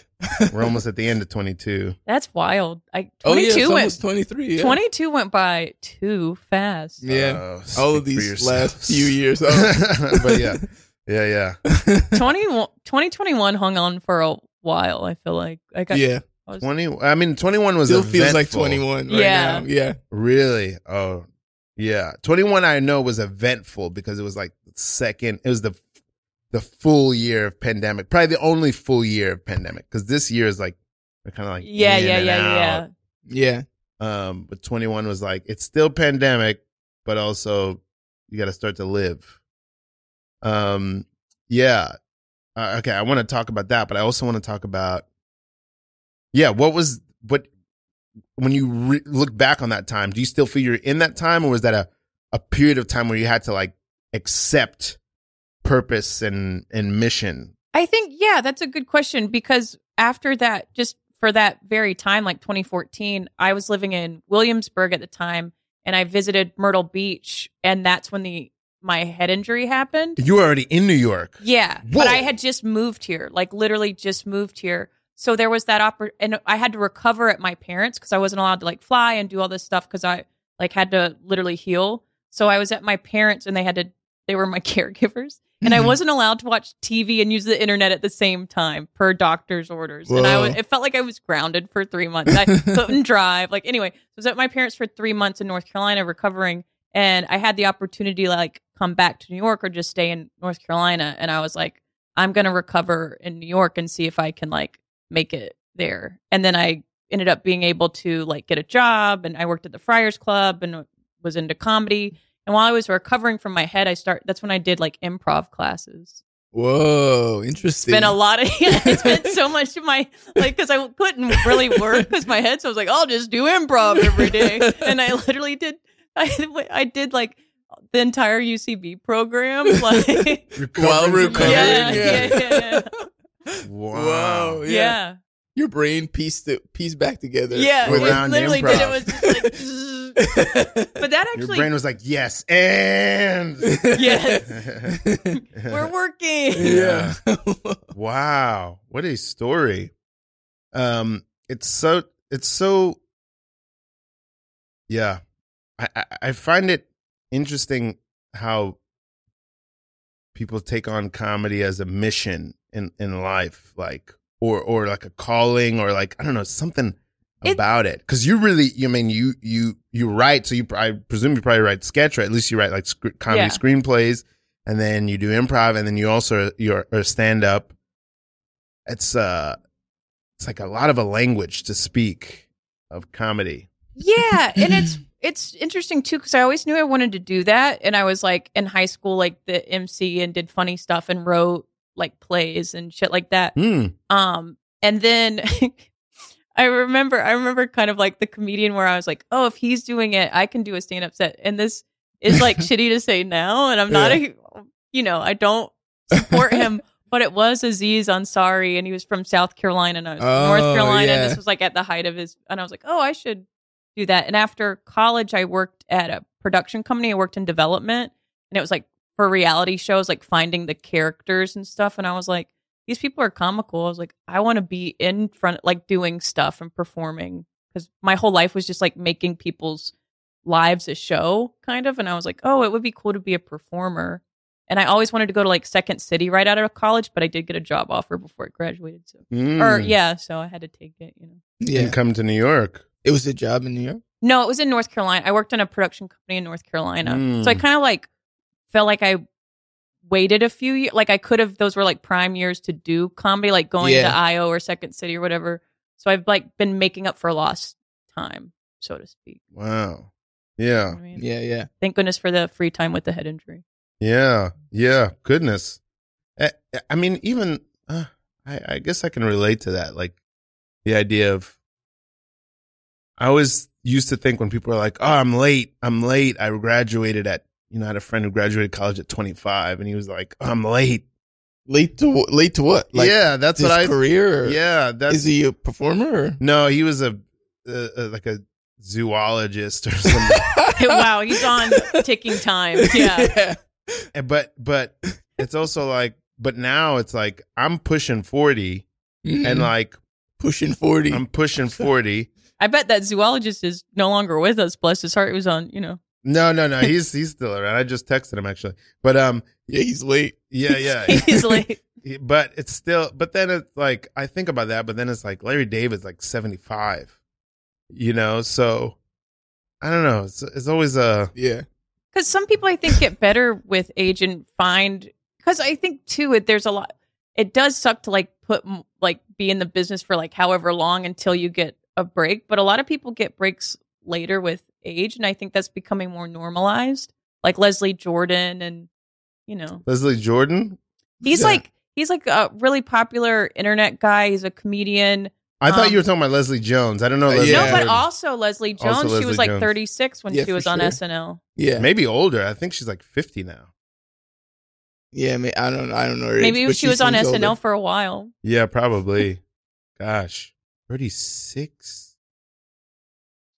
Speaker 3: (laughs)
Speaker 2: we're almost at the end of 22
Speaker 4: That's wild. I
Speaker 3: Oh, yeah,
Speaker 4: 22
Speaker 3: it's
Speaker 4: went
Speaker 3: almost 23. Yeah.
Speaker 4: 22 went by too fast.
Speaker 3: Yeah.
Speaker 2: Uh,
Speaker 3: All of
Speaker 2: speak for
Speaker 3: these
Speaker 2: yourselves. (laughs)
Speaker 3: last few (laughs) years. Oh.
Speaker 2: but yeah yeah yeah
Speaker 4: 20, 2021 hung on for a while, I feel like. I (laughs) got
Speaker 3: yeah.
Speaker 4: I was-
Speaker 2: 20 i mean 21 was
Speaker 3: Still feels like
Speaker 2: eventful.
Speaker 3: 21 right
Speaker 4: Yeah.
Speaker 3: now. Yeah.
Speaker 2: Really? Oh, yeah. Twenty one. I know was eventful because it was like the second. It was the the full year of pandemic. Probably the only full year of pandemic because this year is like we're kind of like
Speaker 4: yeah,
Speaker 2: in
Speaker 4: yeah,
Speaker 2: and
Speaker 4: yeah, yeah.
Speaker 2: out.
Speaker 3: Yeah.
Speaker 2: Um, but twenty one was like it's still pandemic, but also you got to start to live. Um, yeah. Uh, okay, I want to talk about that, but I also want to talk about yeah, what was what when you re- look back on that time? Do you still feel you're in that time, or was that a a period of time where you had to like accept purpose and and mission?
Speaker 4: I think yeah, that's a good question because after that just for that very time like 2014, I was living in Williamsburg at the time and I visited Myrtle Beach and that's when the my head injury happened.
Speaker 2: You were already in New York.
Speaker 4: Yeah, but
Speaker 2: Whoa.
Speaker 4: I had just moved here, like literally just moved here. So there was that oppor- and I had to recover at my parents because I wasn't allowed to like fly and do all this stuff because I like had to literally heal. So I was at my parents and they had to They were my (laughs) caregivers. And I wasn't allowed to watch TV and use the internet at the same time per doctor's orders. And I
Speaker 3: Whoa.
Speaker 4: was, it felt like I was grounded for three months. I couldn't drive. Like anyway, so I was at my parents for three months in North Carolina recovering, and I had the opportunity to like come back to New York or just stay in North Carolina. And I was like, I'm gonna recover in New York and see if I can like make it there. And then I ended up being able to like get a job, and I worked at the Friars Club and was into comedy. And while I was recovering from my head, I start. That's when I did like improv classes.
Speaker 3: Whoa,
Speaker 4: It's
Speaker 3: interesting.
Speaker 4: been a lot of. (laughs)
Speaker 2: (laughs)
Speaker 4: it's been so much of my like because I couldn't really work because my head. So I was like, I'll just do improv every day,
Speaker 2: (laughs)
Speaker 4: and I literally did. (laughs) I I did like the entire UCB
Speaker 2: Oh,
Speaker 4: program. (laughs) Like,
Speaker 3: While
Speaker 2: Recovering from
Speaker 3: recovering,
Speaker 4: yeah, yeah, yeah,
Speaker 3: (laughs)
Speaker 4: yeah,
Speaker 2: Wow.
Speaker 3: Wow.
Speaker 4: yeah.
Speaker 3: Yeah. Your brain pieced it pieced back together.
Speaker 4: Yeah,
Speaker 2: We're
Speaker 4: we
Speaker 2: down to
Speaker 4: literally did. It
Speaker 2: improv.
Speaker 4: was just like, (laughs) zzz.
Speaker 2: (laughs)
Speaker 3: (laughs)
Speaker 4: but that
Speaker 2: Your
Speaker 4: actually,
Speaker 2: brain (laughs) was like, yes, and. (laughs)
Speaker 4: Yes. we're working.
Speaker 2: (laughs)
Speaker 3: yeah.
Speaker 2: Wow, what a story. Um it's so it's so yeah. I I, I find it interesting how people take on comedy as a mission in in life like or or like a calling or like I don't know something
Speaker 4: It-
Speaker 2: about it cuz you really you mean you you you write so you I presume you probably write sketch or at least you write like sc- comedy
Speaker 4: Yeah.
Speaker 2: screenplays and then you do improv and then you also you're or stand up it's uh it's like a lot of a language to speak of comedy
Speaker 4: Yeah,
Speaker 2: (laughs)
Speaker 4: and it's it's interesting too because I always knew I wanted to do that, and I was like in high school, like the MC and did funny stuff and wrote like plays and shit like that.
Speaker 2: Hmm.
Speaker 4: Um, and then (laughs) I remember, I remember kind of like the comedian where I was like, oh, if he's doing it, I can do a stand up set. And this is like shitty to say now, and I'm not a, you know, I don't support him. But it was Aziz Ansari, and he was from South Carolina, and I was from
Speaker 3: Oh,
Speaker 4: North Carolina.
Speaker 3: yeah.
Speaker 4: And this was like at the height of his, and I was like, oh, I should do that. And after college, I worked at a production company. I worked in development, and it was like for reality shows, like finding the characters and stuff. And I was like, these people are comical. I was like, I want to be in front, like doing stuff and performing because my whole life was just like making people's lives a show, kind of. And I was like, oh, it would be cool to be a performer. And I always wanted to go to like Second City right out of college, but I did get a job offer before I graduated. So,
Speaker 2: Mm.
Speaker 4: or yeah, so I had to take it, you know.
Speaker 2: and come to New York.
Speaker 3: It was a job in New York.
Speaker 4: No, it was in North Carolina. I worked in a production company in North Carolina.
Speaker 2: Mm.
Speaker 4: So I kind of like felt like I waited a few years. Like I could have, those were like prime years to do comedy, like going
Speaker 3: Yeah.
Speaker 4: to IO or Second City or whatever. So I've like been making up for lost time, so to speak.
Speaker 2: Wow.
Speaker 4: You know
Speaker 2: Oh, Yeah.
Speaker 4: what I mean?
Speaker 3: Yeah, yeah.
Speaker 4: Thank goodness for the free time with the head injury.
Speaker 2: Yeah. Yeah. Goodness. I, I mean, even uh, I, I guess I can relate to that. Like the idea of I always used to think when people are like, "Oh, I'm late. I'm late. I graduated at." You know, I had a friend who graduated college at 25, and he was like, "Oh, "I'm late."
Speaker 3: Late to wh- late to what? Like
Speaker 2: yeah, that's
Speaker 3: his
Speaker 2: what I.
Speaker 3: career. Or
Speaker 2: Yeah, that's
Speaker 3: Is he a performer?
Speaker 2: no. He was a uh, uh, like a zoologist or (laughs) something.
Speaker 3: Or?
Speaker 4: (laughs) (laughs) wow, he's
Speaker 3: (laughs)
Speaker 4: (laughs) on ticking time. Yeah.
Speaker 3: yeah.
Speaker 2: And- but but it's also like but now it's like I'm pushing 40 and
Speaker 4: Mm-hmm.
Speaker 3: Mhm.
Speaker 2: like
Speaker 3: pushing 40
Speaker 2: I'm pushing 40.
Speaker 4: I bet that zoologist is no longer with us. Bless his heart. He was on, you know. (laughs)
Speaker 2: No, no, no. He's he's still around. I just texted him actually. But um
Speaker 3: yeah, he's late.
Speaker 2: yeah,
Speaker 4: (laughs)
Speaker 2: yeah.
Speaker 4: He's like,
Speaker 2: He- but it's still but then it's like I think about that, but then it's like Larry David's like 75. You know, so I don't know. It's it's always uh, a
Speaker 3: Yeah.
Speaker 4: because some people I think get better with age and find because I think too it there's a lot it does suck to like put m- like be in the business for like however long until you get a break but a lot of people get breaks later with age and I think that's becoming more normalized like Leslie Jordan and you know
Speaker 2: Leslie Jordan.
Speaker 4: he's
Speaker 3: Yeah.
Speaker 4: like he's like a really popular internet guy he's a comedian
Speaker 2: I thought
Speaker 4: Um,
Speaker 2: you were talking about Leslie Jones. I don't know
Speaker 3: Uh,
Speaker 2: Leslie
Speaker 3: yeah.
Speaker 4: no but
Speaker 2: Jordan.
Speaker 4: also Leslie
Speaker 2: Also
Speaker 4: Jones she
Speaker 2: Leslie
Speaker 4: was like
Speaker 2: Jones.
Speaker 4: 36 when
Speaker 3: Yeah,
Speaker 4: she
Speaker 3: for
Speaker 4: was on
Speaker 3: sure.
Speaker 4: SNL
Speaker 3: Yeah.
Speaker 2: maybe older. I think she's like 50 now.
Speaker 3: Yeah, ma- I don't I don't know. her age,
Speaker 4: maybe
Speaker 3: but
Speaker 4: she, was on
Speaker 3: seems
Speaker 4: SNL
Speaker 3: older.
Speaker 4: for a while
Speaker 2: Yeah,
Speaker 4: (laughs)
Speaker 2: probably. Gosh, 36.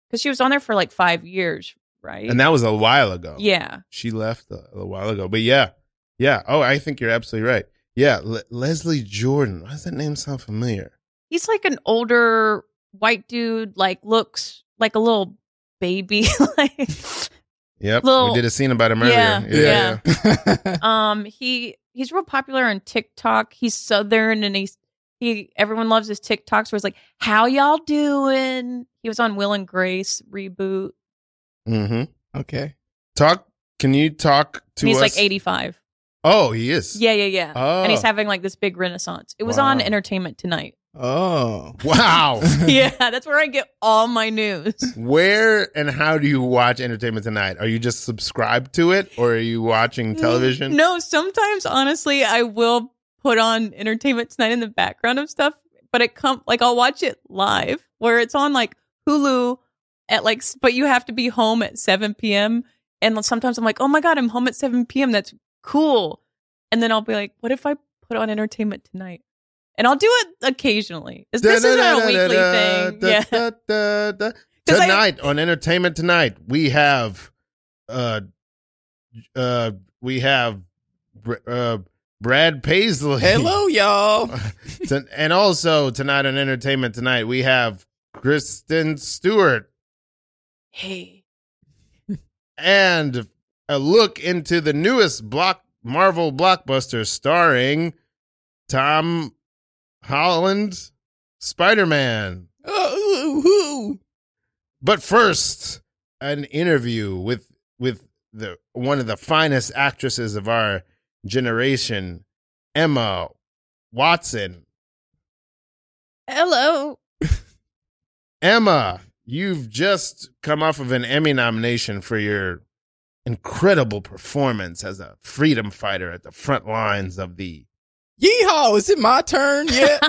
Speaker 4: because she was on there for like five years, right?
Speaker 2: And that was a while ago.
Speaker 3: Oh.
Speaker 4: yeah,
Speaker 2: She left a, a while ago. But yeah. Yeah. Oh, I think you're absolutely right. Yeah. Le- Leslie Jordan. Why does that name sound familiar?
Speaker 4: he's like an older white dude, (laughs) like looks like a little baby, like
Speaker 2: Yep.
Speaker 4: Little-
Speaker 2: we did a scene about him earlier.
Speaker 4: Yeah, yeah.
Speaker 3: yeah.
Speaker 4: Um, he he's real popular on TikTok. He's Southern, and he's he everyone loves his TikToks where he's like, "How y'all doing?" He was on Will and Grace reboot.
Speaker 2: hmm
Speaker 3: (laughs) okay.
Speaker 2: Talk. Can you talk to
Speaker 4: And he's
Speaker 2: us?
Speaker 4: like eighty five.
Speaker 2: Oh, he is.
Speaker 4: Yeah, yeah, yeah.
Speaker 2: Oh.
Speaker 4: And he's having like this big renaissance. It was on
Speaker 2: Wow.
Speaker 4: Entertainment Tonight.
Speaker 2: (laughs)
Speaker 4: (laughs)
Speaker 3: Oh.
Speaker 2: Wow.
Speaker 4: yeah, that's where I get all my news.
Speaker 2: Where and how do you watch Entertainment Tonight? Are you just subscribed to it, or are you watching television?
Speaker 4: No, sometimes honestly, I will put on Entertainment Tonight in the background of stuff, but it come like I'll watch it live where it's on like Hulu at like, s- but you have to be home at seven p.m. And sometimes I'm like, oh my god, I'm home at seven p.m. That's cool. And then I'll be like, what if I put on Entertainment Tonight? And I'll do it occasionally. This this isn't a weekly thing. Yeah.
Speaker 2: yeah.
Speaker 4: 'Cause I-
Speaker 2: Tonight on Entertainment Tonight, we have, uh, uh, we have, Br- uh, Brad Paisley.
Speaker 3: Hello, y'all.
Speaker 2: (laughs) Ton- and also tonight on Entertainment Tonight, we have Kristen Stewart
Speaker 4: Hey.
Speaker 2: and a look into the newest block Marvel blockbuster starring Tom Holland, Spider Man.
Speaker 3: Oh, ooh, ooh.
Speaker 2: But first, an interview with with the one of the finest actresses of our generation, Emma Watson.
Speaker 4: Hello.
Speaker 2: Emma, you've just come off of an Emmy nomination for your incredible performance as a freedom fighter at the front lines of the (laughs)
Speaker 3: Yeehaw! Is it my turn yet?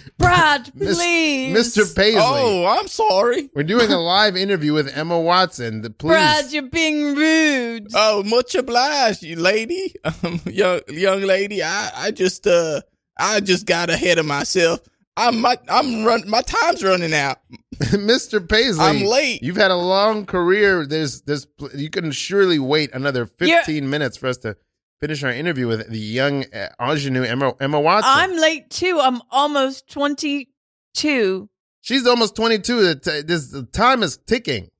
Speaker 2: (laughs)
Speaker 4: Brad,
Speaker 2: Mis-
Speaker 4: please.
Speaker 2: Mr. Paisley.
Speaker 3: oh, I'm sorry.
Speaker 2: We're doing a live interview with Emma Watson. The please. Uh, (laughs)
Speaker 4: Brad, you're being rude.
Speaker 3: Oh, much obliged, you lady, (laughs) um, young young lady. I I just uh I just got ahead of myself. I'm my I'm run my time's running out.
Speaker 2: Mr. Paisley.
Speaker 3: I'm late.
Speaker 2: You've had a long career. There's there's pl- you can surely wait another 15 minutes for us to finish our interview with the young uh, ingenue Emma Emma Watson.
Speaker 4: I'm late too. I'm almost
Speaker 2: (laughs)
Speaker 4: 22.
Speaker 2: She's almost 22. The t- this the time is ticking.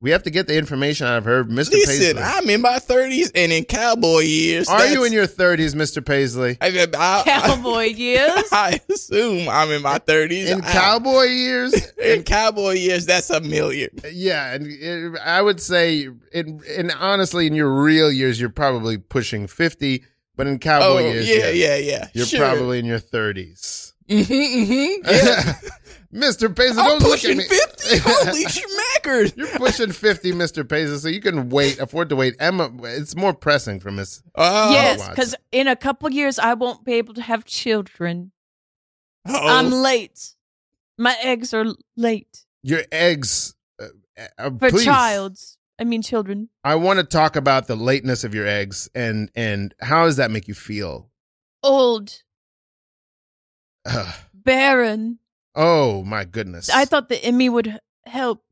Speaker 2: We have to get the information out of her, Mr.
Speaker 3: Listen,
Speaker 2: Paisley.
Speaker 3: I'm in my thirties and in cowboy years.
Speaker 2: Are you
Speaker 3: That's-
Speaker 2: in your 30s, Mr. Paisley?
Speaker 3: I, I, I-
Speaker 4: Cowboy years.
Speaker 3: (laughs) I assume I'm in my thirties.
Speaker 2: In cowboy years? (laughs)
Speaker 3: in cowboy years, that's a million.
Speaker 2: yeah, and it, I would say, in, and honestly, in your real years, you're probably pushing 50, but in
Speaker 3: Oh
Speaker 2: cowboy years,
Speaker 3: yeah, yeah, yeah.
Speaker 2: you're
Speaker 3: sure. (laughs)
Speaker 2: probably in your 30s.
Speaker 3: hmm
Speaker 2: (laughs)
Speaker 3: hmm Yeah.
Speaker 2: Mr. Paisley,
Speaker 3: I'm
Speaker 2: don't look at
Speaker 3: pushing
Speaker 2: me. (laughs)
Speaker 3: fifty. Holy schmackers!
Speaker 2: You're pushing 50, Mr. Paisley, so you can wait, afford to wait. Emma, it's more pressing for Miss
Speaker 3: Oh,
Speaker 4: (laughs) yes,
Speaker 2: Watson.
Speaker 4: because in a couple years I won't be able to have children.
Speaker 2: Oh.
Speaker 3: Uh-oh.
Speaker 4: I'm late. My eggs are late
Speaker 2: your eggs. Uh, uh,
Speaker 4: for
Speaker 2: please.
Speaker 4: childs. I mean children.
Speaker 2: I want to talk about the lateness of your eggs and and how does that make you feel? (sighs)
Speaker 4: Old,
Speaker 2: Ugh.
Speaker 4: barren.
Speaker 2: oh my goodness!
Speaker 4: I thought the Emmy would h- help.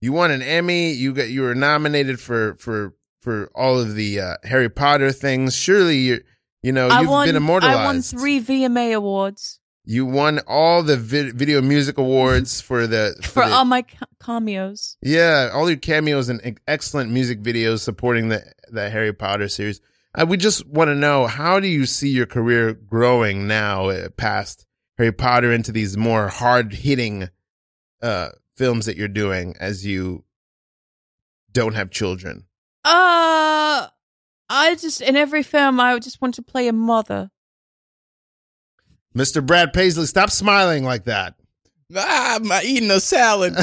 Speaker 2: you won an Emmy. You got you were nominated for for for all of the uh, Harry Potter things. Surely you you know
Speaker 4: I
Speaker 2: Oh, you've
Speaker 4: won.
Speaker 2: been immortalized.
Speaker 4: I won three VMA awards
Speaker 2: You won all the vi- video music awards for the
Speaker 4: for um,
Speaker 2: the-
Speaker 4: all my ca- cameos.
Speaker 2: Yeah, all your cameos and ex- excellent music videos supporting the the Harry Potter series. I, we just want to know how do you see your career growing now uh, past Harry Potter into these more hard hitting uh, films that you're doing as you don't have children.
Speaker 4: Uh, I just in every film I would just want to play a mother.
Speaker 2: Mr. Brad Paisley, stop smiling like that. (laughs)
Speaker 3: Ah, I'm eating a salad.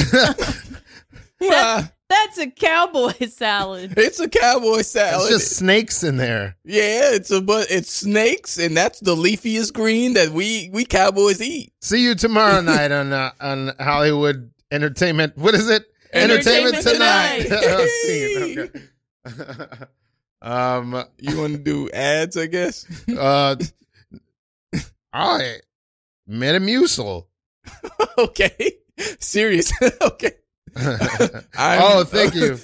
Speaker 3: Ah,
Speaker 4: That's a cowboy (laughs)
Speaker 2: (laughs)
Speaker 4: salad.
Speaker 3: it's a cowboy
Speaker 2: it's
Speaker 3: salad.
Speaker 2: just snakes in there.
Speaker 3: yeah, it's a but it's snakes, and that's the leafiest green that we we cowboys eat.
Speaker 2: See you tomorrow night on uh, on Hollywood Entertainment. What is it?
Speaker 4: Entertainment Tonight.
Speaker 2: (laughs) I've seen it, okay. (laughs) um.
Speaker 3: You want to do ads? I guess. (laughs)
Speaker 2: Uh. (laughs) I Metamucil. (laughs)
Speaker 3: okay. Serious. (laughs) okay. I'm-
Speaker 2: oh, thank
Speaker 3: (laughs)
Speaker 2: you.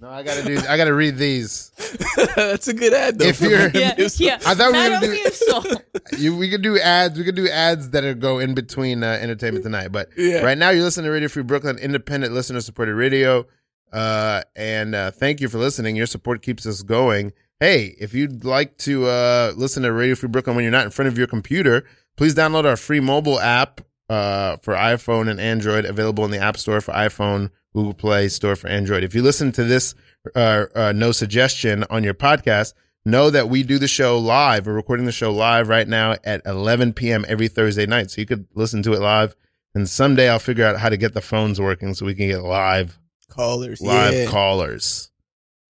Speaker 2: No, I gotta do. I gotta read these.
Speaker 3: (laughs) that's a good ad though.
Speaker 2: If
Speaker 3: for
Speaker 2: you're-
Speaker 3: (laughs)
Speaker 4: Yeah,
Speaker 3: Metamucil.
Speaker 4: yeah.
Speaker 2: I thought we were gonna do- (laughs)
Speaker 4: Metamucil.
Speaker 2: You, we could do ads. We could do ads that are go in between uh, entertainment tonight. But
Speaker 3: Yeah.
Speaker 2: right now, you're listening to Radio Free Brooklyn, independent listener supported radio. Uh, and uh, thank you for listening. Your support keeps us going. Hey, if you'd like to uh, listen to Radio Free Brooklyn when you're not in front of your computer, please download our free mobile app uh, for iPhone and Android, available in the App Store for iPhone, Google Play Store for Android. If you listen to this uh, uh, no suggestion on your podcast, know that we do the show live. We're recording the show live right now at 11 p.m. every Thursday night. So you could listen to it live. And someday I'll figure out how to get the phones working so we can get live
Speaker 3: Callers.
Speaker 2: live
Speaker 3: yeah. (laughs)
Speaker 2: callers.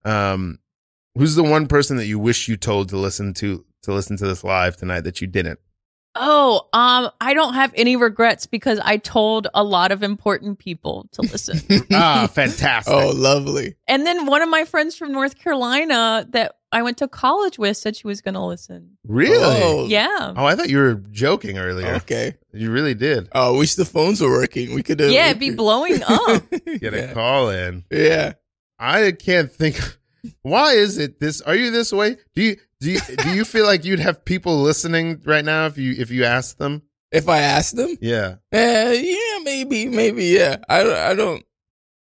Speaker 2: Um, who's the one person that you wish you told to listen to to listen to this live tonight that you
Speaker 3: (laughs)
Speaker 2: didn't?
Speaker 4: Oh, um, I don't have any regrets because I told a lot of important people
Speaker 2: (laughs)
Speaker 4: to listen.
Speaker 2: Ah, fantastic!
Speaker 3: Oh, lovely.
Speaker 4: and then one of my friends from North Carolina that I went to college with said she was going to listen.
Speaker 2: really? Oh.
Speaker 3: Oh,
Speaker 4: Yeah.
Speaker 2: I thought you were joking earlier.
Speaker 3: Okay.
Speaker 2: You really did.
Speaker 3: Oh, wish the phones were working. We
Speaker 2: oh,
Speaker 3: could. Uh,
Speaker 4: yeah,
Speaker 3: we
Speaker 4: it'd be
Speaker 2: (laughs)
Speaker 3: could-
Speaker 4: blowing
Speaker 3: (laughs)
Speaker 4: up.
Speaker 2: Get a
Speaker 3: yeah.
Speaker 2: call in.
Speaker 3: yeah.
Speaker 2: I can't think. Why is it this? Are you this way? Do you do you, do you feel like you'd have people listening right now if you if you asked them?
Speaker 3: If I asked them,
Speaker 2: Yeah.
Speaker 3: uh, yeah, maybe, maybe, yeah. I don't. I don't.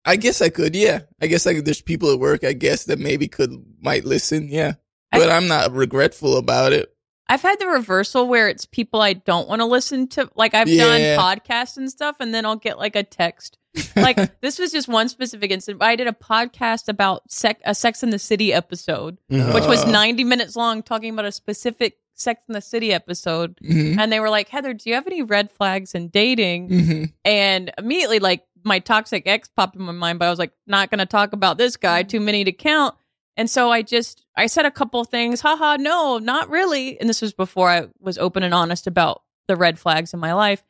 Speaker 3: I guess I could. Yeah. I guess I could. There's people at work. I guess that maybe could might listen. Yeah.
Speaker 4: I-
Speaker 3: But I'm not regretful about it.
Speaker 4: I've had the reversal where it's people I don't want to listen to. Like I've
Speaker 3: Yeah.
Speaker 4: done podcasts and stuff, and then I'll get like
Speaker 3: (laughs)
Speaker 4: a text. Like this was just one specific incident. but I did a podcast about sec- a Sex in the City episode,
Speaker 2: Mm-hmm.
Speaker 4: which was
Speaker 3: Uh.
Speaker 4: 90 minutes long, talking about a specific Sex in the City episode.
Speaker 3: Mhm.
Speaker 4: And they were like, Heather, do you have any red flags in dating?
Speaker 3: Mhm.
Speaker 4: And immediately, like, my toxic ex popped in my mind, but I was like, not going to talk about this guy, too many to count. And so I just, I said a couple things, haha, no, not really. And this was before I was open and honest about the red flags in my life.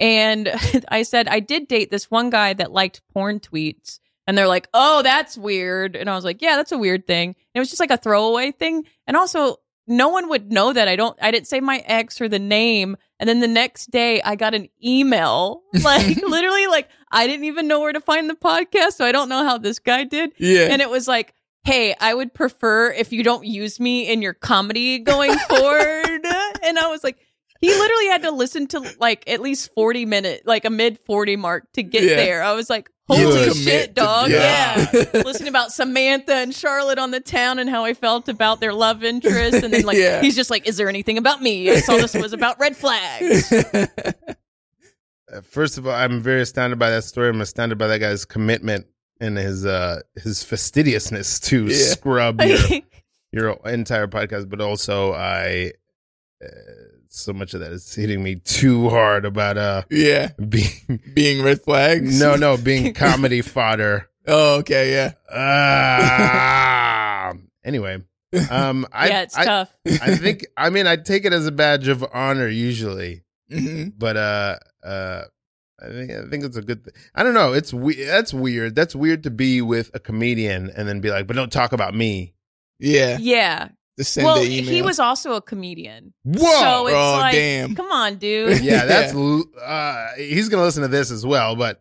Speaker 4: And (laughs) I said, I did date this one guy that liked porn tweets. And they're like, oh, that's weird. And I was like, yeah, that's a weird thing. And it was just like a throwaway thing. And also, no one would know that I don't I didn't say my ex or the name and then the next day I got an
Speaker 3: (laughs)
Speaker 4: email like literally like I didn't even know where to find the podcast so I don't know how this guy did
Speaker 3: Yeah.
Speaker 4: and it was like hey I would prefer if you don't use me in your
Speaker 3: (laughs)
Speaker 4: comedy going forward and I was like he literally had to listen to like at least 40 minute like a mid 40 mark to get
Speaker 3: Yeah.
Speaker 4: there I was like
Speaker 3: You
Speaker 4: holy
Speaker 3: commit to-
Speaker 4: shit dog yeah
Speaker 3: (laughs) yeah.
Speaker 4: listening about Samantha and Charlotte on the town and how I felt about their love interest. And then like
Speaker 3: (laughs) Yeah.
Speaker 4: he's just like, is there anything about me? I saw this was about red flags. (laughs)
Speaker 2: Uh, First of all, I'm very astounded by that story. I'm astounded by that guy's commitment and his uh his fastidiousness to
Speaker 3: (laughs) Yeah.
Speaker 4: (laughs)
Speaker 2: scrub your
Speaker 4: yeah,
Speaker 2: your entire podcast, but also I uh, so much of that is hitting me too hard about uh
Speaker 3: yeah.
Speaker 2: (laughs) being
Speaker 3: Being red flags.
Speaker 2: no no being comedy fodder.
Speaker 3: (laughs) Oh, okay. Yeah.
Speaker 2: Ah. anyway,
Speaker 4: (laughs)
Speaker 2: um, I
Speaker 4: it's
Speaker 2: I,
Speaker 3: (laughs)
Speaker 4: tough.
Speaker 2: I think I mean I take it as a badge of honor usually,
Speaker 3: Mhm.
Speaker 2: but uh uh. I think I think it's a good thing. I don't know. It's we- that's weird. That's weird to be with a comedian and then be like, "But don't talk about me."
Speaker 3: Yeah.
Speaker 4: Yeah.
Speaker 3: To send
Speaker 4: Well,
Speaker 3: the email.
Speaker 4: he was also a comedian.
Speaker 2: Whoa!
Speaker 4: So it's
Speaker 3: Oh,
Speaker 4: like,
Speaker 3: damn.
Speaker 4: come on, dude.
Speaker 2: yeah, that's l uh, he's gonna listen to this as well. But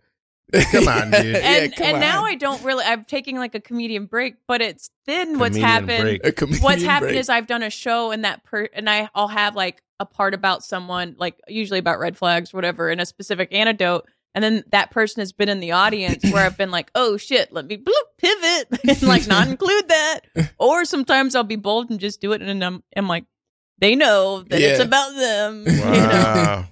Speaker 2: Come
Speaker 3: (laughs)
Speaker 2: on, dude.
Speaker 3: (laughs) Yeah,
Speaker 4: And
Speaker 3: come
Speaker 4: and
Speaker 3: on.
Speaker 4: now I don't really I'm taking like a comedian break, but it's then what's
Speaker 2: Comedian
Speaker 4: happened
Speaker 2: break.
Speaker 3: A
Speaker 2: (laughs)
Speaker 3: comedian
Speaker 4: what's happened
Speaker 3: break.
Speaker 4: is I've done a show and that per and I, I'll have like a part about someone, like usually about red flags, whatever, and a specific antidote. And then that person has been in the audience where I've been like, oh shit, let me bloop, pivot (laughs) and like
Speaker 2: (laughs)
Speaker 4: not include that. Or sometimes I'll be bold and just do it. And I'm, I'm like, they know that it's
Speaker 3: Yeah.
Speaker 4: about them. (laughs)
Speaker 2: Wow.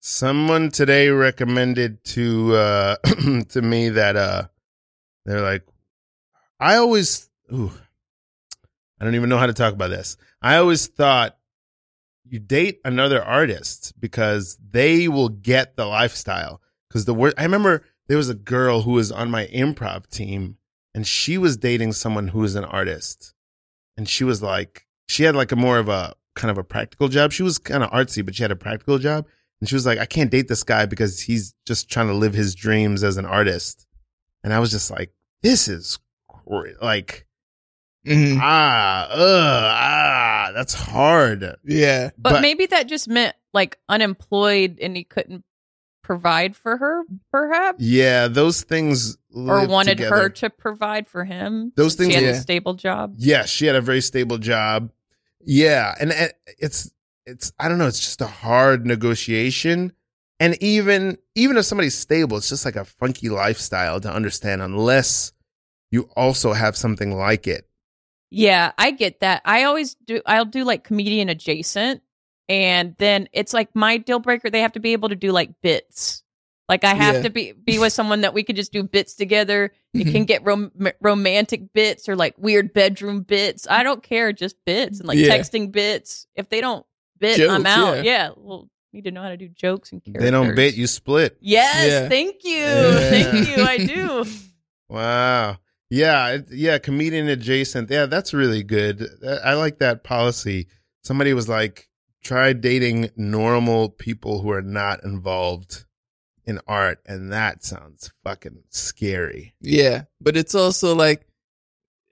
Speaker 2: Someone today recommended to uh (clears throat) to me that uh they're like I always ooh I don't even know how to talk about this. I always thought you date another artist because they will get the lifestyle cuz the word I remember there was a girl who was on my improv team and she was dating someone who was an artist and she was like she had like a more of a kind of a practical job she was kind of artsy but she had a practical job and she was like i can't date this guy because he's just trying to live his dreams as an artist and i was just like this is cr- like
Speaker 3: Mhm.
Speaker 2: ah uh, ah that's hard
Speaker 3: Yeah.
Speaker 4: But, maybe that just meant like unemployed and he couldn't provide for her, perhaps,
Speaker 2: yeah those things
Speaker 4: or
Speaker 2: live
Speaker 4: wanted
Speaker 2: together.
Speaker 4: her to provide for him.
Speaker 2: Those things-
Speaker 4: since She had
Speaker 3: Yeah.
Speaker 4: a stable job.
Speaker 2: Yeah, she had a very stable job. Yeah, and uh, it's it's I don't know, it's just a hard negotiation. And even even if somebody's stable, it's just like a funky lifestyle to understand unless you also have something like it.
Speaker 4: Yeah, I get that. I always do. I'll do like comedian adjacent, and then it's like my deal breaker. They have to be able to do like bits. Like I have
Speaker 3: Yeah. Mm-hmm.
Speaker 4: to be be with someone that we could just do bits together. It can get rom- romantic bits or like weird bedroom bits. I don't care, just bits and like
Speaker 3: Yeah.
Speaker 4: texting bits. If they don't bit, I'm
Speaker 3: Jokes,
Speaker 4: out.
Speaker 3: yeah.
Speaker 4: Yeah. well, need to know how to do jokes and characters.
Speaker 2: They don't bait you split.
Speaker 4: Yes,
Speaker 3: Yeah.
Speaker 4: thank you, (laughs)
Speaker 2: Yeah.
Speaker 4: thank you. I do.
Speaker 2: Wow. Yeah, it- yeah, comedian adjacent. Yeah, that's really good. I- I like that policy. Somebody was like, try dating normal people who are not involved in art, and that sounds fucking scary.
Speaker 3: Yeah, but it's also like,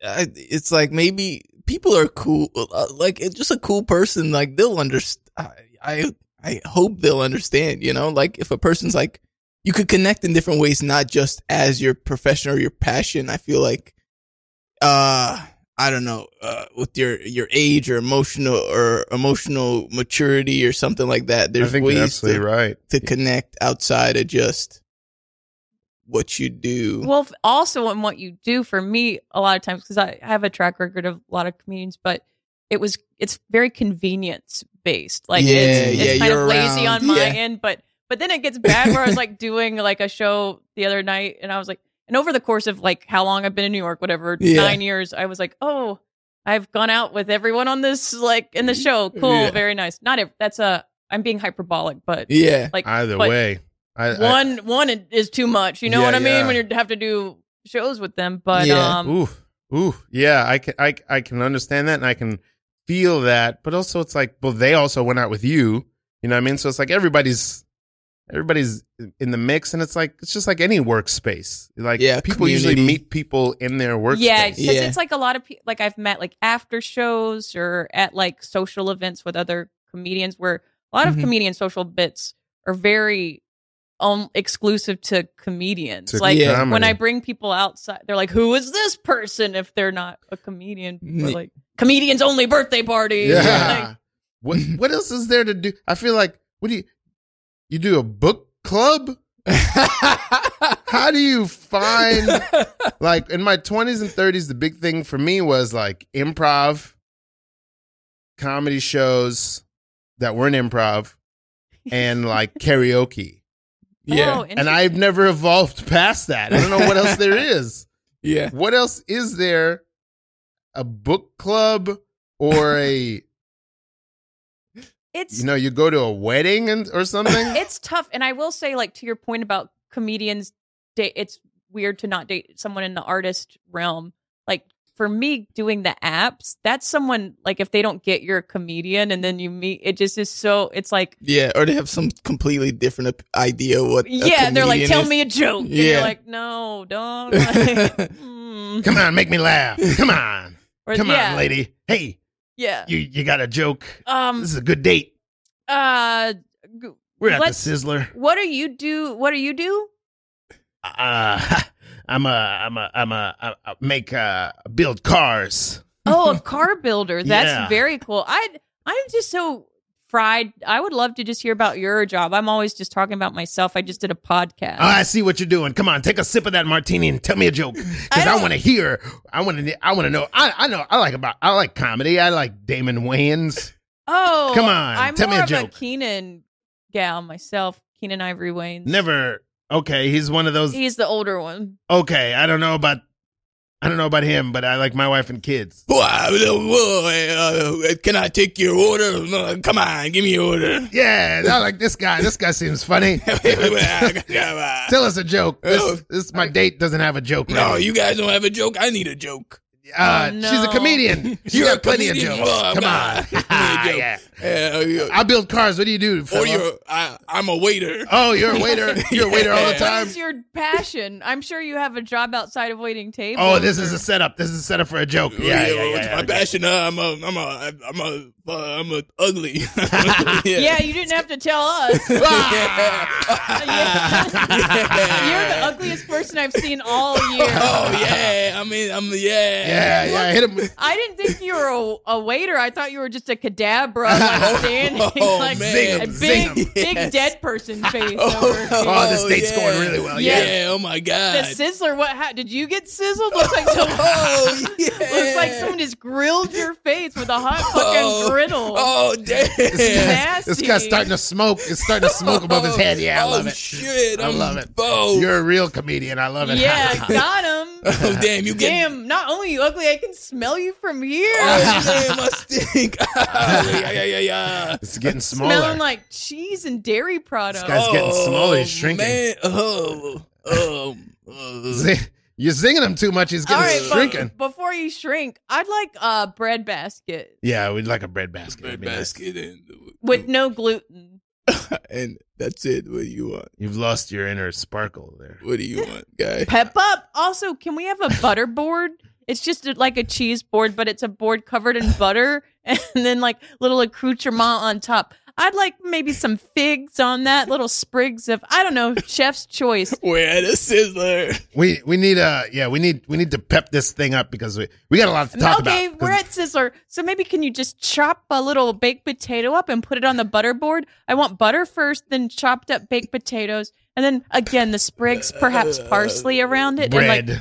Speaker 3: I, it's like maybe people are cool. uh, Like it's just a cool person. Like they'll understand. I, I I hope they'll understand. You know, like if a person's like, you could connect in different ways, not just as your profession or your passion. I feel like, uh, I don't know, uh, with your your age or emotional or emotional maturity or something like that. There's
Speaker 2: I think
Speaker 3: ways
Speaker 2: you're absolutely
Speaker 3: to,
Speaker 2: right.
Speaker 3: to connect outside of just what you do.
Speaker 4: Well, f- also in what you do for me, a lot of times because I have a track record of a lot of comedians, but it was it's very convenience based. Like
Speaker 3: Yeah,
Speaker 4: it's,
Speaker 3: yeah,
Speaker 4: it's kind
Speaker 3: you're
Speaker 4: of lazy
Speaker 3: around.
Speaker 4: on my
Speaker 3: Yeah.
Speaker 4: end, but but then it gets bad where I was like (laughs) doing like a show the other night, and I was like, and over the course of like how long I've been in New York, whatever,
Speaker 3: Yeah.
Speaker 4: nine years, I was like, oh, I've gone out with everyone on this like in the show. Cool,
Speaker 3: Yeah.
Speaker 4: very nice. Not ev- that's a I'm being hyperbolic, but
Speaker 3: Yeah.
Speaker 4: like
Speaker 2: Either
Speaker 4: but-
Speaker 2: way, I, I-
Speaker 4: one one is too much. You know
Speaker 2: Yeah,
Speaker 4: what I mean?
Speaker 2: yeah.
Speaker 4: When you have to do shows with them, but
Speaker 3: Yeah.
Speaker 4: um,
Speaker 2: ooh, ooh, yeah, I can, I, I can understand that, and I can feel that. But also, it's like, well, they also went out with you. You know what I mean? So it's like everybody's, everybody's in the mix, and it's like it's just like any workspace. Like,
Speaker 3: Yeah,
Speaker 2: people usually
Speaker 3: community.
Speaker 2: meet people in their workspace.
Speaker 4: yeah, because
Speaker 3: Yeah.
Speaker 4: it's like a lot of people. Like I've met like after shows or at like social events with other comedians, where a lot of
Speaker 2: Mm-hmm.
Speaker 3: Mhm.
Speaker 4: comedian social bits are very um exclusive to comedians.
Speaker 2: To
Speaker 4: like
Speaker 3: Yeah.
Speaker 4: when
Speaker 2: comedy.
Speaker 4: I bring people outside, they're like, "Who is this person?" If they're not a comedian,
Speaker 3: Ne-
Speaker 4: but like comedians only birthday party.
Speaker 2: Yeah.
Speaker 4: Like,
Speaker 2: What What else is there to do? I feel like what do you you do a book club?
Speaker 3: (laughs)
Speaker 2: How do you find like in my 20s and 30s the big thing for me was like improv comedy shows that weren't
Speaker 4: (laughs)
Speaker 2: improv and like karaoke
Speaker 3: (laughs) yeah.
Speaker 4: oh,
Speaker 2: and i've never evolved past that i don't know what else there is
Speaker 3: Yeah.
Speaker 2: what else is there a book club or a
Speaker 4: it's
Speaker 2: you know you go to a wedding and or
Speaker 4: (laughs)
Speaker 2: something
Speaker 4: it's tough and i will say like to your point about comedians date it's weird to not date someone in the artist realm like for me doing the apps that's someone like if they don't get you're a comedian and then you meet it just is so it's like
Speaker 3: Yeah. Or they have some completely different op- idea of what. a
Speaker 4: yeah they're like
Speaker 3: comedian
Speaker 4: tell
Speaker 3: is.
Speaker 4: me a joke and
Speaker 3: Yeah.
Speaker 4: you're like no
Speaker 3: (laughs)
Speaker 4: don't (laughs) Like, hmm.
Speaker 2: come on make me laugh come on
Speaker 4: Or,
Speaker 2: come
Speaker 4: yeah,
Speaker 2: on lady hey
Speaker 4: yeah
Speaker 2: you you got a joke
Speaker 4: um
Speaker 2: this is a good date
Speaker 4: uh g-
Speaker 2: we're at
Speaker 4: Let's-
Speaker 2: the sizzler
Speaker 4: what do you do what do you do
Speaker 2: uh, (laughs) I'm a, I'm a, I'm a, I I make, uh, build cars. (laughs)
Speaker 4: Oh, a car builder. That's
Speaker 2: Yeah.
Speaker 4: very cool. I I'm just so fried. I would love to just hear about your job. I'm always just talking about myself. I just did a podcast.
Speaker 2: Oh, I see what you're doing. Come on, take a sip of that martini and tell me a joke because
Speaker 4: I
Speaker 2: I,
Speaker 4: don't-
Speaker 2: want to hear. I want to. I want to know. I, I know. I like about. I like comedy. I like Damon Wayans.
Speaker 4: oh,
Speaker 2: Come on,
Speaker 4: I'm
Speaker 2: tell me
Speaker 4: more
Speaker 2: a
Speaker 4: of
Speaker 2: joke.
Speaker 4: a Keenan gal myself. Keenan Ivory Wayne.
Speaker 2: Never. Okay, he's one of those.
Speaker 4: He's the older one.
Speaker 2: Okay, I don't know about. I don't know about him, but I like my wife and kids.
Speaker 3: Why, whoa, uh, can I take your order? No, Come on, give me your order. (laughs)
Speaker 2: Yeah, I like this guy. This guy seems funny. (laughs) Tell us a joke. This, this my date doesn't have a joke.
Speaker 3: no,
Speaker 2: ready.
Speaker 3: you guys don't have a joke. I need a joke.
Speaker 2: Uh,
Speaker 4: Oh,
Speaker 2: She's a
Speaker 4: no.
Speaker 3: (laughs)
Speaker 2: comedian. She's
Speaker 3: You're
Speaker 2: got
Speaker 3: a
Speaker 2: plenty of
Speaker 3: comedian.
Speaker 2: jokes.
Speaker 3: Oh,
Speaker 2: Come
Speaker 3: God.
Speaker 2: on.
Speaker 3: (laughs) Plenty of
Speaker 2: (laughs) Yeah.
Speaker 3: Uh, you-
Speaker 2: I build cars. What do you do?
Speaker 3: or
Speaker 2: fella?
Speaker 3: you're, I, I'm a waiter.
Speaker 2: oh, you're a waiter.
Speaker 3: (laughs)
Speaker 2: You're a waiter all the
Speaker 3: Yeah.
Speaker 2: time.
Speaker 4: What is your passion? I'm sure you have a job outside of waiting tables.
Speaker 2: Oh, this is a setup. This is a setup for a joke. Yeah, yeah, yeah.
Speaker 3: what's
Speaker 2: yeah,
Speaker 3: Oh, my passion? Uh, I'm a, I'm a, I'm a, uh, I'm a ugly. (laughs) yeah.
Speaker 4: (laughs) Yeah, you didn't have to
Speaker 2: (laughs)
Speaker 4: tell us. You're
Speaker 3: (laughs)
Speaker 4: the ugliest person I've seen all year.
Speaker 2: (laughs)
Speaker 3: Oh yeah, I Oh, mean, I'm yeah,
Speaker 2: Yeah, yeah. Hit him. with-
Speaker 3: (laughs)
Speaker 4: I didn't think you were a, a waiter. I thought you were just a cadabra like, standing,
Speaker 3: (laughs) Oh,
Speaker 4: like
Speaker 3: man.
Speaker 4: a
Speaker 2: Zing 'em,
Speaker 4: big,
Speaker 3: zing 'em. (laughs)
Speaker 4: big
Speaker 3: Yes.
Speaker 4: dead
Speaker 3: (laughs)
Speaker 4: person face. over
Speaker 3: Oh,
Speaker 4: here.
Speaker 2: Oh, this date's
Speaker 3: yeah.
Speaker 2: going really well.
Speaker 4: Yeah.
Speaker 3: Yeah. Oh my
Speaker 4: the
Speaker 3: god.
Speaker 4: sizzler. What ha- did you
Speaker 3: (laughs)
Speaker 4: get sizzled? Looks like some,
Speaker 3: oh yeah.
Speaker 4: (laughs) looks like someone just grilled your face with a hot
Speaker 3: Oh.
Speaker 4: fucking griddle.
Speaker 3: Oh damn.
Speaker 4: Nasty.
Speaker 2: This guy's starting to smoke. It's starting to (laughs) smoke above his head. Yeah, I
Speaker 3: oh,
Speaker 2: love it.
Speaker 3: Shit.
Speaker 2: I
Speaker 3: I'm
Speaker 2: love it.
Speaker 3: Oh.
Speaker 2: You're a real comedian. I love it. (laughs)
Speaker 4: yeah, got him.
Speaker 3: (laughs) oh damn. You get.
Speaker 4: Damn! Not only you ugly, I can smell you from here.
Speaker 3: Oh (laughs) damn. I stink. (laughs) Oh, yeah yeah yeah yeah.
Speaker 2: it's getting smaller.
Speaker 4: Smelling like cheese and dairy products.
Speaker 2: This (laughs) guy's getting
Speaker 3: Oh,
Speaker 2: smaller. He's shrinking.
Speaker 3: Man. Oh. Oh.
Speaker 2: (laughs)
Speaker 3: oh.
Speaker 2: Zing- You're zinging him too much. He's
Speaker 4: All
Speaker 2: getting
Speaker 4: right, but
Speaker 2: shrinking.
Speaker 4: before you shrink, I'd like a bread basket
Speaker 2: Yeah, we'd like a bread basket.
Speaker 3: Bread
Speaker 2: That'd be nice.
Speaker 3: basket and
Speaker 4: with no gluten.
Speaker 3: and that's it. What do you want?
Speaker 2: You've lost your inner sparkle there.
Speaker 3: What do you want, guy?
Speaker 4: (laughs) Pep up. Also, can we have a butter board? It's just like a cheese board, but it's a board covered in butter (laughs) and then like little accoutrement on top. I'd like maybe some figs on that, little sprigs of I don't know, chef's
Speaker 2: (laughs)
Speaker 4: choice.
Speaker 3: We're at a sizzler.
Speaker 2: We we need uh yeah we need we need to pep this thing up because we we got a lot to talk
Speaker 4: okay,
Speaker 2: about.
Speaker 4: we're at Sizzler. So maybe can you just chop a little baked potato up and put it on the butter board? I want butter first, then chopped up baked potatoes, and then again the sprigs, perhaps parsley around it, and
Speaker 2: bread.
Speaker 4: like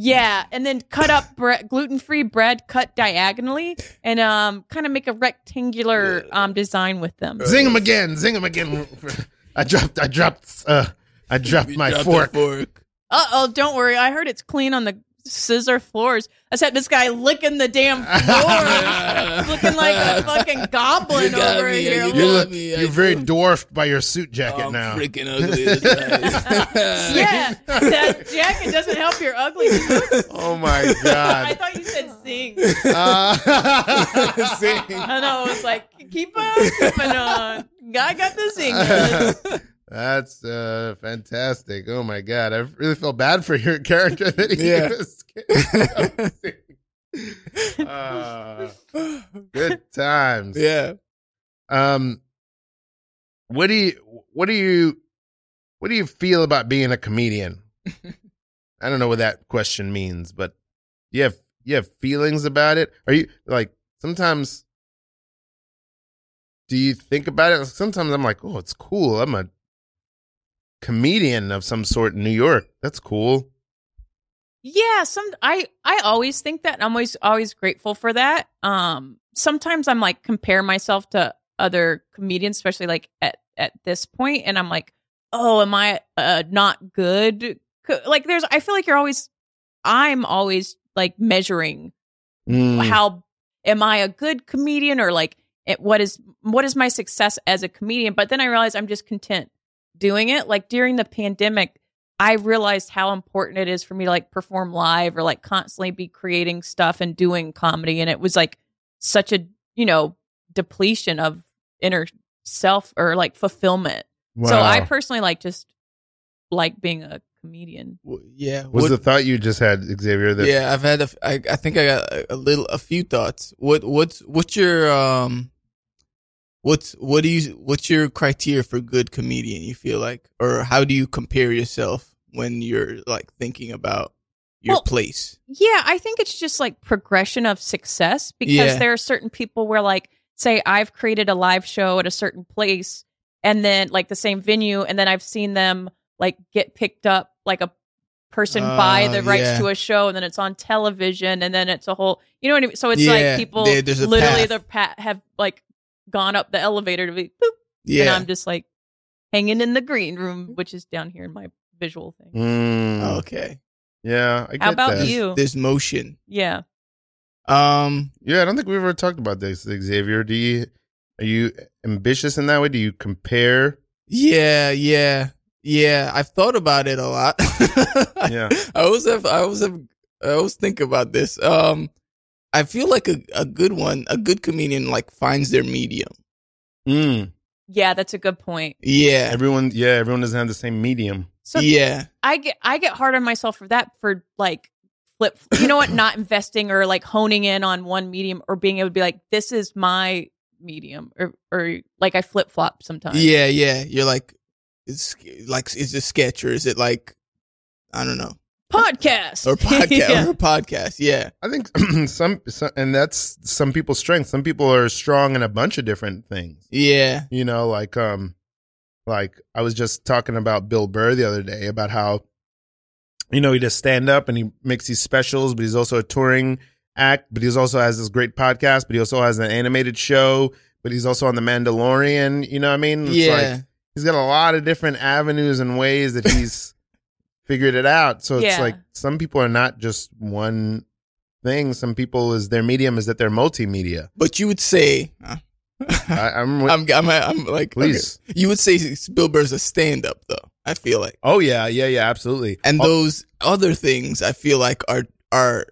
Speaker 4: yeah, and then cut up bre- gluten-free bread cut diagonally, and um, kind of make a rectangular um design with them.
Speaker 2: zing him again. Zing him again. (laughs) I dropped. I dropped. Uh, I dropped
Speaker 3: You
Speaker 2: my
Speaker 3: dropped the
Speaker 2: fork.
Speaker 3: fork.
Speaker 4: Uh oh, don't worry. I heard it's clean on the scissor floors. Except this guy licking the damn
Speaker 3: (laughs)
Speaker 4: floor, (laughs) looking like a fucking goblin
Speaker 3: You got
Speaker 4: over
Speaker 3: me,
Speaker 4: here.
Speaker 3: you
Speaker 2: You
Speaker 3: got
Speaker 2: look,
Speaker 3: me, I Oh,
Speaker 2: you're very
Speaker 3: do.
Speaker 2: dwarfed by your suit jacket
Speaker 3: I'm
Speaker 2: now.
Speaker 3: freaking
Speaker 2: (laughs)
Speaker 3: ugly. as hell. (laughs)
Speaker 4: Yeah, that jacket doesn't help your ugly.
Speaker 2: Oh
Speaker 3: (laughs)
Speaker 2: my
Speaker 4: I
Speaker 2: god.
Speaker 4: thought you said sing.
Speaker 2: (laughs)
Speaker 3: (laughs)
Speaker 2: Uh,
Speaker 4: I know. I was like, keep on keeping on. I got the sing. All
Speaker 2: That's uh, fantastic. Oh my god, I really feel bad for your (laughs) character that he
Speaker 3: Yeah.
Speaker 2: was. getting- Uh, good times.
Speaker 3: yeah.
Speaker 2: Um, what do you what do you what do you feel about being a
Speaker 4: (laughs)
Speaker 2: comedian? I don't know what that question means, but you have you have feelings about it. Are you like sometimes? Do you think about it? Sometimes I'm like, oh, it's cool. I'm a comedian of some sort in New York. That's cool.
Speaker 4: Yeah, some I I always think that and I'm always always grateful for that. Um sometimes I'm like compare myself to other comedians, especially like at at this point and I'm like, "Oh, am I uh not good?" Co- Like there's I feel like you're always I'm always like measuring
Speaker 2: Mm.
Speaker 4: how am I a good comedian or like it, what is what is my success as a comedian? But then I realized I'm just content doing it. Like during the pandemic, I realized how important it is for me to like perform live or like constantly be creating stuff and doing comedy. And it was like such a you know depletion of inner self or like fulfillment. So I personally like just like being a comedian.
Speaker 3: Well, yeah.
Speaker 2: was
Speaker 3: what-
Speaker 2: the thought you just had, Xavier? That
Speaker 3: yeah, I've had a f I I think I got a, a little, a few thoughts. What, what's, what's your, um, what's, what do you, what's your criteria for good comedian? You feel like, or how do you compare yourself when you're like thinking about your
Speaker 4: Well,
Speaker 3: place?
Speaker 4: Yeah, I think it's just like progression of success because
Speaker 3: Yeah.
Speaker 4: there are certain people where like say I've created a live show at a certain place and then like the same venue and then I've seen them like get picked up like a person buy
Speaker 3: Uh,
Speaker 4: the rights
Speaker 3: yeah.
Speaker 4: to a show and then it's on television and then it's a whole you know what I mean so it's
Speaker 3: Yeah,
Speaker 4: like people
Speaker 3: there- there's a
Speaker 4: literally
Speaker 3: path.
Speaker 4: their pat have like gone up the elevator to be boop and
Speaker 3: Yeah. Mm.
Speaker 4: I'm just like hanging in the green room which is down here in my visual thing.
Speaker 2: Mm,
Speaker 3: okay.
Speaker 2: yeah. I get
Speaker 4: How about
Speaker 2: that.
Speaker 4: you?
Speaker 3: There's motion.
Speaker 4: Yeah.
Speaker 3: Um,
Speaker 2: Yeah, I don't think we've ever talked about this, Xavier. Do you are you ambitious in that way? Do you compare?
Speaker 3: Yeah, yeah, yeah. I've thought about it a lot. (laughs)
Speaker 2: Yeah.
Speaker 3: I always have. I always have. I always think about this. Um, I feel like a a good one, a good comedian, like finds their medium.
Speaker 2: Mm.
Speaker 4: Yeah, that's a good point.
Speaker 3: Yeah,
Speaker 2: Everyone, yeah, everyone doesn't have the same medium.
Speaker 4: So
Speaker 3: yeah,
Speaker 4: I get I get hard on myself for that for like flip you know what not investing or like honing in on one medium or being able to be like this is my medium or or like I flip flop sometimes.
Speaker 3: yeah, yeah. You're like, it's like, is it sketch or is it like, I don't know.
Speaker 4: podcast
Speaker 3: or podcast
Speaker 4: (laughs) Yeah.
Speaker 3: or podcast. Yeah,
Speaker 2: I think (clears throat) some, some, and that's some people's strength. Some people are strong in a bunch of different things.
Speaker 3: yeah,
Speaker 2: You know, like um, like I was just talking about Bill Burr the other day about how, you know, he does stand up and he makes these specials, but he's also a touring act, but he also has this great podcast, but he also has an animated show, but he's also on The Mandalorian. You know what I mean? It's
Speaker 3: yeah.
Speaker 2: like he's got a lot of different avenues and ways that
Speaker 3: (laughs)
Speaker 2: he's figured it out. So it's
Speaker 4: Yeah.
Speaker 2: like some people are not just one thing. Some people is their medium is that they're
Speaker 3: (laughs)
Speaker 2: multimedia.
Speaker 3: but you would say,
Speaker 2: I, I'm, with,
Speaker 3: I'm, I'm, I'm like,
Speaker 2: please.
Speaker 3: okay. You would say Bill Burr's a stand up, though. I feel like,
Speaker 2: Oh yeah, yeah, yeah, absolutely.
Speaker 3: and
Speaker 2: Oh,
Speaker 3: those other things, I feel like are are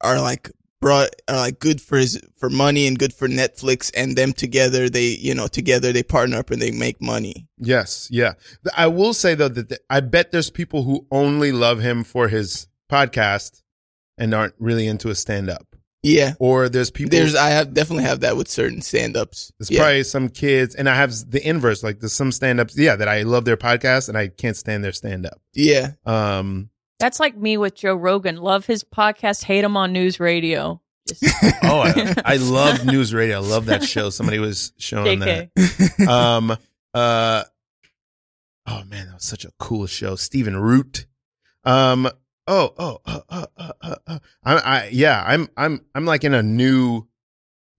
Speaker 3: are like brought are like good for his for money and good for Netflix and them together. They you know together they partner up and they make money.
Speaker 2: yes, yeah. Th- I will say though that th- I bet there's people who only love him for his podcast and aren't really into his stand up.
Speaker 3: Yeah,
Speaker 2: Or there's people
Speaker 3: there's I have definitely have that with certain stand ups.
Speaker 2: There's
Speaker 3: Yeah.
Speaker 2: probably some kids, and I have s- the inverse. Like there's some stand ups, yeah, that I love their podcast and I can't stand their stand up.
Speaker 3: yeah,
Speaker 2: Um,
Speaker 4: That's like me with Joe Rogan. Love his podcast, hate him on news radio.
Speaker 2: (laughs)
Speaker 4: Just
Speaker 2: oh,
Speaker 3: (laughs)
Speaker 2: I, I love news radio. I love that show. Somebody was showing
Speaker 4: JK.
Speaker 2: that. Um, uh, oh man, that was such a cool show. Stephen Root. Um, oh, oh, uh, uh, uh, uh, uh. I, I, yeah, I'm, I'm, I'm like in a new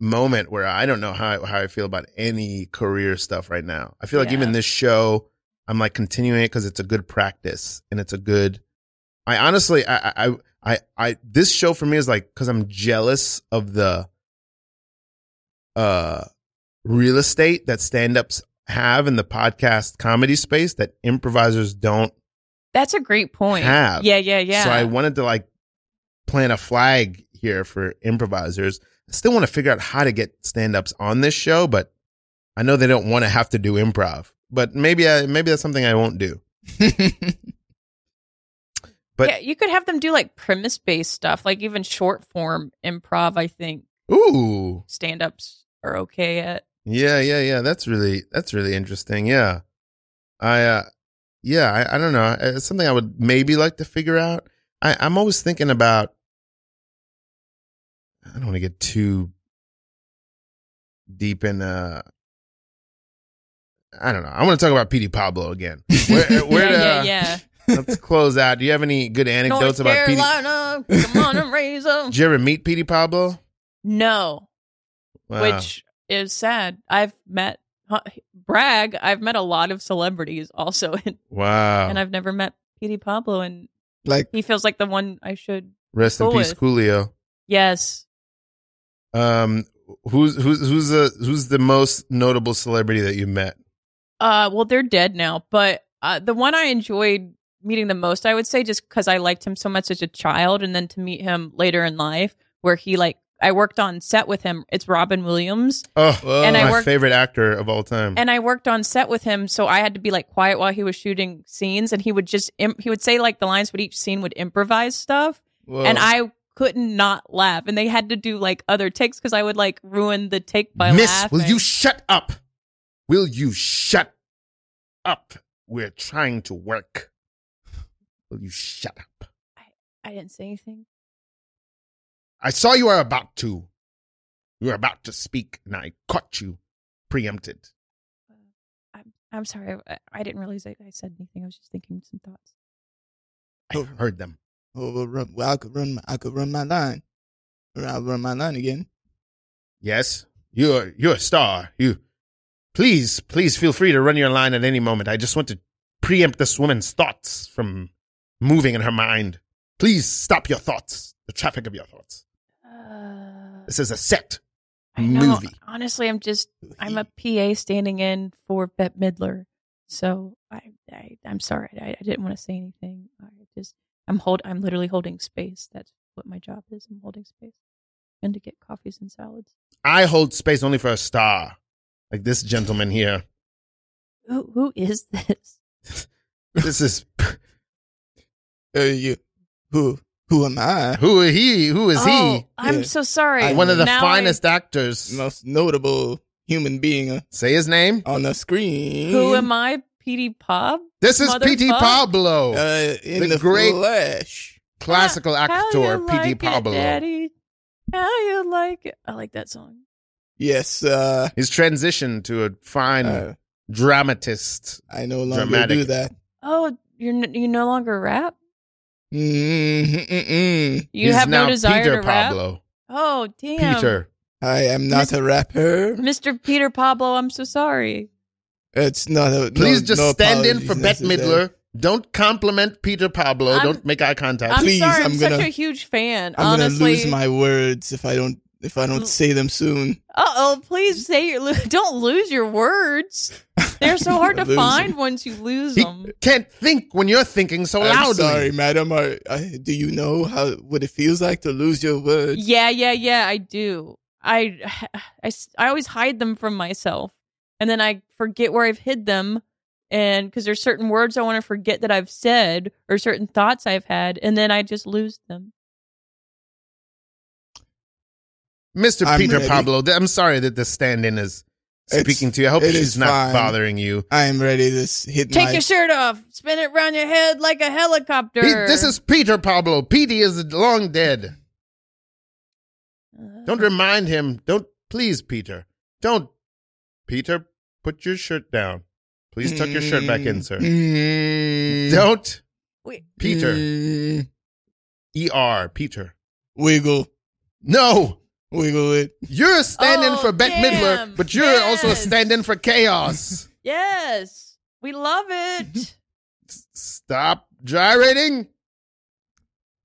Speaker 2: moment where I don't know how how I feel about any career stuff right now. I feel like
Speaker 4: Yeah.
Speaker 2: even this show, I'm like continuing it because it's a good practice and it's a good. I honestly, I, I, I- I, I, this show for me is like because I'm jealous of the, uh, real estate that stand ups have in the podcast comedy space that improvisers don't
Speaker 4: That's a great point.
Speaker 2: Have.
Speaker 4: Yeah, yeah, yeah.
Speaker 2: so I wanted to like plant a flag here for improvisers. I still want to figure out how to get stand ups on this show, but I know they don't want to have to do improv. But maybe I, maybe that's something I won't do. but-
Speaker 4: yeah, you could have them do like premise based stuff, like even short form improv. I think
Speaker 2: Ooh.
Speaker 4: stand ups are okay at.
Speaker 2: Yeah, yeah, yeah. That's really that's really interesting. Yeah. I uh yeah, I, I don't know. uh, It's something I would maybe like to figure out. I, I'm always thinking about I don't want to get too deep in uh I don't know. I want to talk about Petey Pablo
Speaker 4: (laughs)
Speaker 2: again. Where, where
Speaker 4: yeah, yeah,
Speaker 2: uh,
Speaker 4: yeah.
Speaker 2: (laughs) let's close out. Do you have any good anecdotes
Speaker 4: (laughs) North
Speaker 2: about Petey?
Speaker 4: Carolina, come on and raise
Speaker 2: (laughs)
Speaker 4: 'em.
Speaker 2: Did you ever meet Petey Pablo?
Speaker 4: No,
Speaker 2: Wow.
Speaker 4: which is sad. I've met huh, brag. I've met a lot of celebrities also, (laughs) and,
Speaker 2: wow.
Speaker 4: and I've never met Petey Pablo, and
Speaker 3: like
Speaker 4: he feels like the one I should.
Speaker 2: Rest in
Speaker 4: cool
Speaker 2: peace,
Speaker 4: with-
Speaker 2: Coolio.
Speaker 4: Yes,
Speaker 2: Um, who's who's who's the who's the most notable celebrity that you met?
Speaker 4: Uh, well, they're dead now, but uh, the one I enjoyed meeting the most, I would say, just because I liked him so much as a child, and then to meet him later in life, where he like I worked on set with him. It's Robin Williams,
Speaker 2: Oh,
Speaker 3: And
Speaker 4: I
Speaker 2: my
Speaker 4: worked-
Speaker 2: favorite actor of all time.
Speaker 4: and I worked on set with him, so I had to be like quiet while he was shooting scenes, and he would just Im- he would say like the lines, but each scene would improvise stuff,
Speaker 3: whoa.
Speaker 4: and I couldn't not laugh, and they had to do like other takes because I would like ruin the take by
Speaker 2: Miss,
Speaker 4: laughing.
Speaker 2: will you shut up? Will you shut up? We're trying to work. Will you shut up?
Speaker 4: I didn't say anything.
Speaker 2: I saw you were about to. You were about to speak, and I caught you preempted.
Speaker 4: I'm I'm sorry. I, I didn't realize I, I said anything. I was just thinking some thoughts.
Speaker 2: I
Speaker 3: Oh.
Speaker 2: heard them.
Speaker 3: Oh, well, run, well, I could run. My, I could run my line. Or I'll run my line again.
Speaker 2: Yes, you're you're a star. You, please, please feel free to run your line at any moment. I just want to preempt this woman's thoughts from moving in her mind. Please stop your thoughts, the traffic of your thoughts.
Speaker 4: Uh,
Speaker 2: This is a set.
Speaker 4: I know.
Speaker 2: movie.
Speaker 4: Honestly, I'm just I'm a PA standing in for Bette Midler, so I, I I'm sorry. I, I didn't want to say anything. I just I'm hold I'm literally holding space. That's what my job is. I'm holding space and to get coffees and salads.
Speaker 2: I hold space only for a star, like this gentleman here.
Speaker 4: Who who is this?
Speaker 2: This is
Speaker 3: Uh, you, who, who am I?
Speaker 2: who are he? Who is
Speaker 4: oh,
Speaker 3: Yeah.
Speaker 4: I'm so sorry.
Speaker 3: I-
Speaker 2: he? One of the
Speaker 4: Now I-
Speaker 2: finest actors.
Speaker 3: Most notable human being
Speaker 2: Say his name.
Speaker 3: on the screen.
Speaker 4: Who am I? Petey Pob?
Speaker 2: This is P.T.
Speaker 4: Motherfuck.
Speaker 2: Pablo,
Speaker 3: Uh, in
Speaker 2: The
Speaker 3: the,
Speaker 2: great-
Speaker 3: flesh.
Speaker 2: classical actor P.T.
Speaker 4: like it,
Speaker 2: Pablo.
Speaker 4: Daddy? How you like it? I like that song.
Speaker 3: Yes, uh,
Speaker 2: He's transitioned to a fine
Speaker 3: uh,
Speaker 2: dramatist.
Speaker 3: I no longer
Speaker 2: Dramatic.
Speaker 3: do that.
Speaker 4: Oh, you're n- you no longer rap.
Speaker 3: Mm, mm, mm.
Speaker 4: You
Speaker 2: He's
Speaker 4: have
Speaker 2: now
Speaker 4: no desire
Speaker 2: Peter
Speaker 4: to rap.
Speaker 2: Pablo.
Speaker 4: Oh damn,
Speaker 2: Peter.
Speaker 3: I am not a rapper.
Speaker 4: Mr. Peter Pablo. I'm so sorry.
Speaker 3: It's not a.
Speaker 2: Please
Speaker 3: no,
Speaker 2: just
Speaker 3: no
Speaker 2: stand in
Speaker 3: apologies
Speaker 2: for Bette
Speaker 3: necessary.
Speaker 2: Midler. Don't compliment Peter Pablo.
Speaker 4: I'm-
Speaker 2: Don't make eye contact.
Speaker 4: I'm
Speaker 3: Please,
Speaker 4: sorry. I'm,
Speaker 3: I'm
Speaker 4: such
Speaker 3: gonna-
Speaker 4: a huge fan.
Speaker 3: I'm
Speaker 4: honestly. Mm.
Speaker 3: gonna lose my words if I don't if I
Speaker 4: L-
Speaker 3: don't say them soon.
Speaker 4: Uh oh, please say your, (laughs) don't lose your words.
Speaker 3: (laughs)
Speaker 4: They're so hard to
Speaker 3: Lose 'em.
Speaker 4: find once you lose
Speaker 2: He-
Speaker 3: (laughs)
Speaker 4: them.
Speaker 2: Can't think when you're thinking so
Speaker 3: I'm
Speaker 2: loudly.
Speaker 3: sorry, madam. I, I, do you know how what it feels like to lose your words?
Speaker 4: Yeah, yeah, yeah, I do. I, (sighs) I, s- I always hide them from myself. And then I forget where I've hid them. And because there's certain words I want to forget that I've said or certain thoughts I've had. And then I just lose them.
Speaker 2: mister
Speaker 3: I'm
Speaker 2: Peter
Speaker 3: ready.
Speaker 2: Pablo. th- I'm sorry that the stand-in is
Speaker 3: It's-
Speaker 2: speaking to you. I hope
Speaker 3: it
Speaker 2: she's
Speaker 3: is
Speaker 2: not
Speaker 3: fine.
Speaker 2: bothering you.
Speaker 3: I am ready to s- hit
Speaker 4: Take
Speaker 3: my.
Speaker 4: your shirt off. Spin it around your head like a helicopter.
Speaker 2: He- this is Peter Pablo. Petey is long dead.
Speaker 4: Uh,
Speaker 2: Don't remind him. Don't please, Peter. Don't, Peter. Put your shirt down. Please tuck your shirt back in, sir.
Speaker 3: Mm,
Speaker 2: Don't,
Speaker 4: wait,
Speaker 2: Peter.
Speaker 3: mm,
Speaker 2: E R. Peter.
Speaker 3: wiggle,
Speaker 2: No,
Speaker 3: wiggle it.
Speaker 2: you're a stand-in
Speaker 4: Oh,
Speaker 2: for Bette
Speaker 4: damn.
Speaker 2: Midler, but you're also a
Speaker 4: Yes.
Speaker 2: stand-in for chaos.
Speaker 4: yes, we love it.
Speaker 2: S- Stop gyrating.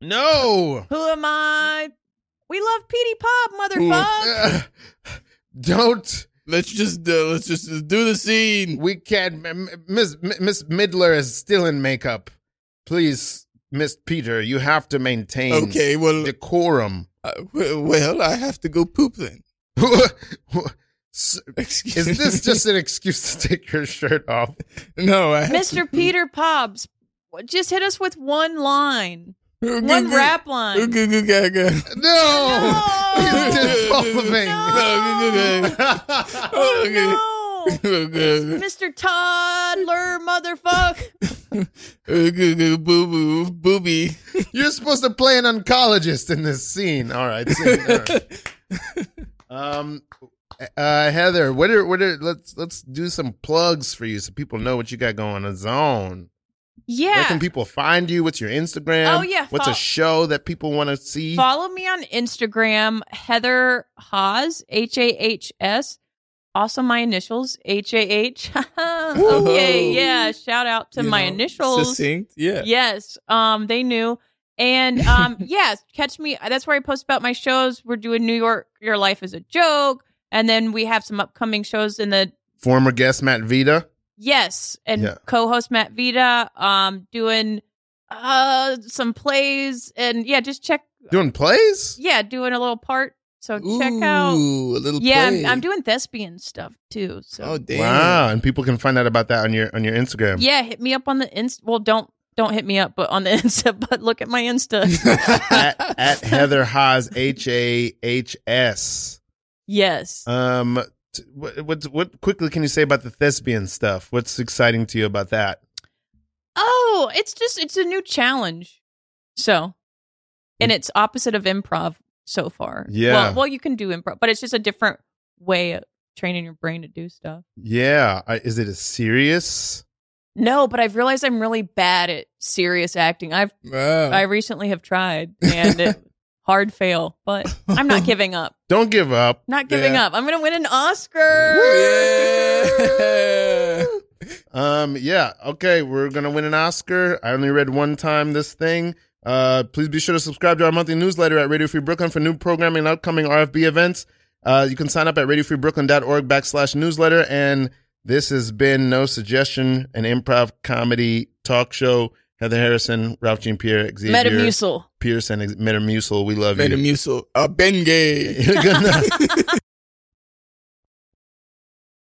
Speaker 2: No.
Speaker 4: Who am I? We love Petey Pop,
Speaker 3: Who-
Speaker 4: motherfucker.
Speaker 2: Ugh. (laughs) don't.
Speaker 3: Let's just uh, let's just do the scene.
Speaker 2: We can't. M- M- Miss M- Miss Midler is still in makeup. Please, Miss Peter, you have to maintain
Speaker 3: Okay, well,
Speaker 2: decorum. (laughs)
Speaker 3: uh, w- well, I have to go poop then. (laughs)
Speaker 2: S-
Speaker 3: Excuse
Speaker 2: is this
Speaker 3: me.
Speaker 2: just an excuse to take your shirt off?
Speaker 3: (laughs) no, I have
Speaker 4: Mr. Peter Pobbs, just hit us with one line,
Speaker 3: to- (laughs)
Speaker 4: one rap line.
Speaker 3: Ooga googa googa.
Speaker 2: No. He's (laughs)
Speaker 4: No.
Speaker 2: dissolving.
Speaker 3: No, googa
Speaker 4: (laughs) Oh,
Speaker 3: (laughs) googa.
Speaker 4: no,
Speaker 3: Ooga
Speaker 4: Mr. Toddler, motherfucker.
Speaker 3: googa boo boo booby.
Speaker 2: You're supposed to play an oncologist in this scene. All right. scene, all right. Um, uh, Heather, what are what are let's let's do some plugs for you so people know what you got going on. Zone. Where
Speaker 4: Yeah.
Speaker 2: can people find you? What's your Instagram?
Speaker 4: Oh, yeah,
Speaker 2: What's
Speaker 4: fol-
Speaker 2: a show that people want to
Speaker 3: E
Speaker 2: see?
Speaker 4: Follow me on Instagram, Heather Haas, H A H S. Also, my initials, H A H. (laughs) Okay, yeah. Shout out to
Speaker 3: You
Speaker 4: my
Speaker 3: know,
Speaker 4: initials.
Speaker 3: Succinct. Yeah.
Speaker 4: Yes. Um, they knew.
Speaker 3: (laughs)
Speaker 4: And um, yes, catch me. That's where I post about my shows. We're doing New York, Your Life is a Joke. And then we have some upcoming shows in the
Speaker 2: Former guest Matt Vita.
Speaker 4: Yes. And
Speaker 2: Yeah.
Speaker 4: co host Matt Vita, um, doing uh some plays and yeah, just check
Speaker 2: Doing plays?
Speaker 4: yeah, doing a little part. So check
Speaker 3: Ooh,
Speaker 4: out
Speaker 3: a little.
Speaker 4: Yeah, I'm,
Speaker 3: play.
Speaker 4: I'm doing thespian stuff too. So
Speaker 3: Oh damn! (laughs)
Speaker 2: Wow. And people can find out about that on your on your Instagram.
Speaker 4: yeah, hit me up on the inst well don't don't hit me up, but on the (laughs) Insta, but look at my Insta.
Speaker 3: (laughs)
Speaker 2: at, at Heather Haas H A H S.
Speaker 4: yes.
Speaker 3: Uh.
Speaker 2: Um t- what, what what quickly can you say about the thespian stuff? What's exciting to you about that?
Speaker 4: Oh, it's just it's a new challenge. So, and
Speaker 3: Mm.
Speaker 4: it's opposite of improv so far.
Speaker 2: Yeah.
Speaker 4: Well, well, you can do improv, but it's just a different way of training your brain to do stuff.
Speaker 2: Yeah, I- is it a serious?
Speaker 4: No, but I've realized I'm really bad at serious acting. I've
Speaker 3: Wow.
Speaker 4: I recently have tried
Speaker 3: (laughs)
Speaker 4: and it, hard fail, but I'm not giving up.
Speaker 2: Don't give up.
Speaker 4: Not giving
Speaker 3: Yeah.
Speaker 4: up. I'm going to win an Oscar.
Speaker 3: Yeah.
Speaker 2: Um, yeah, okay, we're gonna win an Oscar. I only read one time this thing. Uh, please be sure to subscribe to our monthly newsletter at Radio Free Brooklyn for new programming and upcoming RFB events. Uh, you can sign up at radiofreebrooklyn.org backslash newsletter. And this has been No Suggestion, an improv comedy talk show. Heather Harrison, Ralph Jean Pierre, Xavier
Speaker 4: Metamucil.
Speaker 2: Pierce, and Metamucil. We love you. (laughs)
Speaker 3: Metamucil. Uh, Bengay.
Speaker 2: Good night.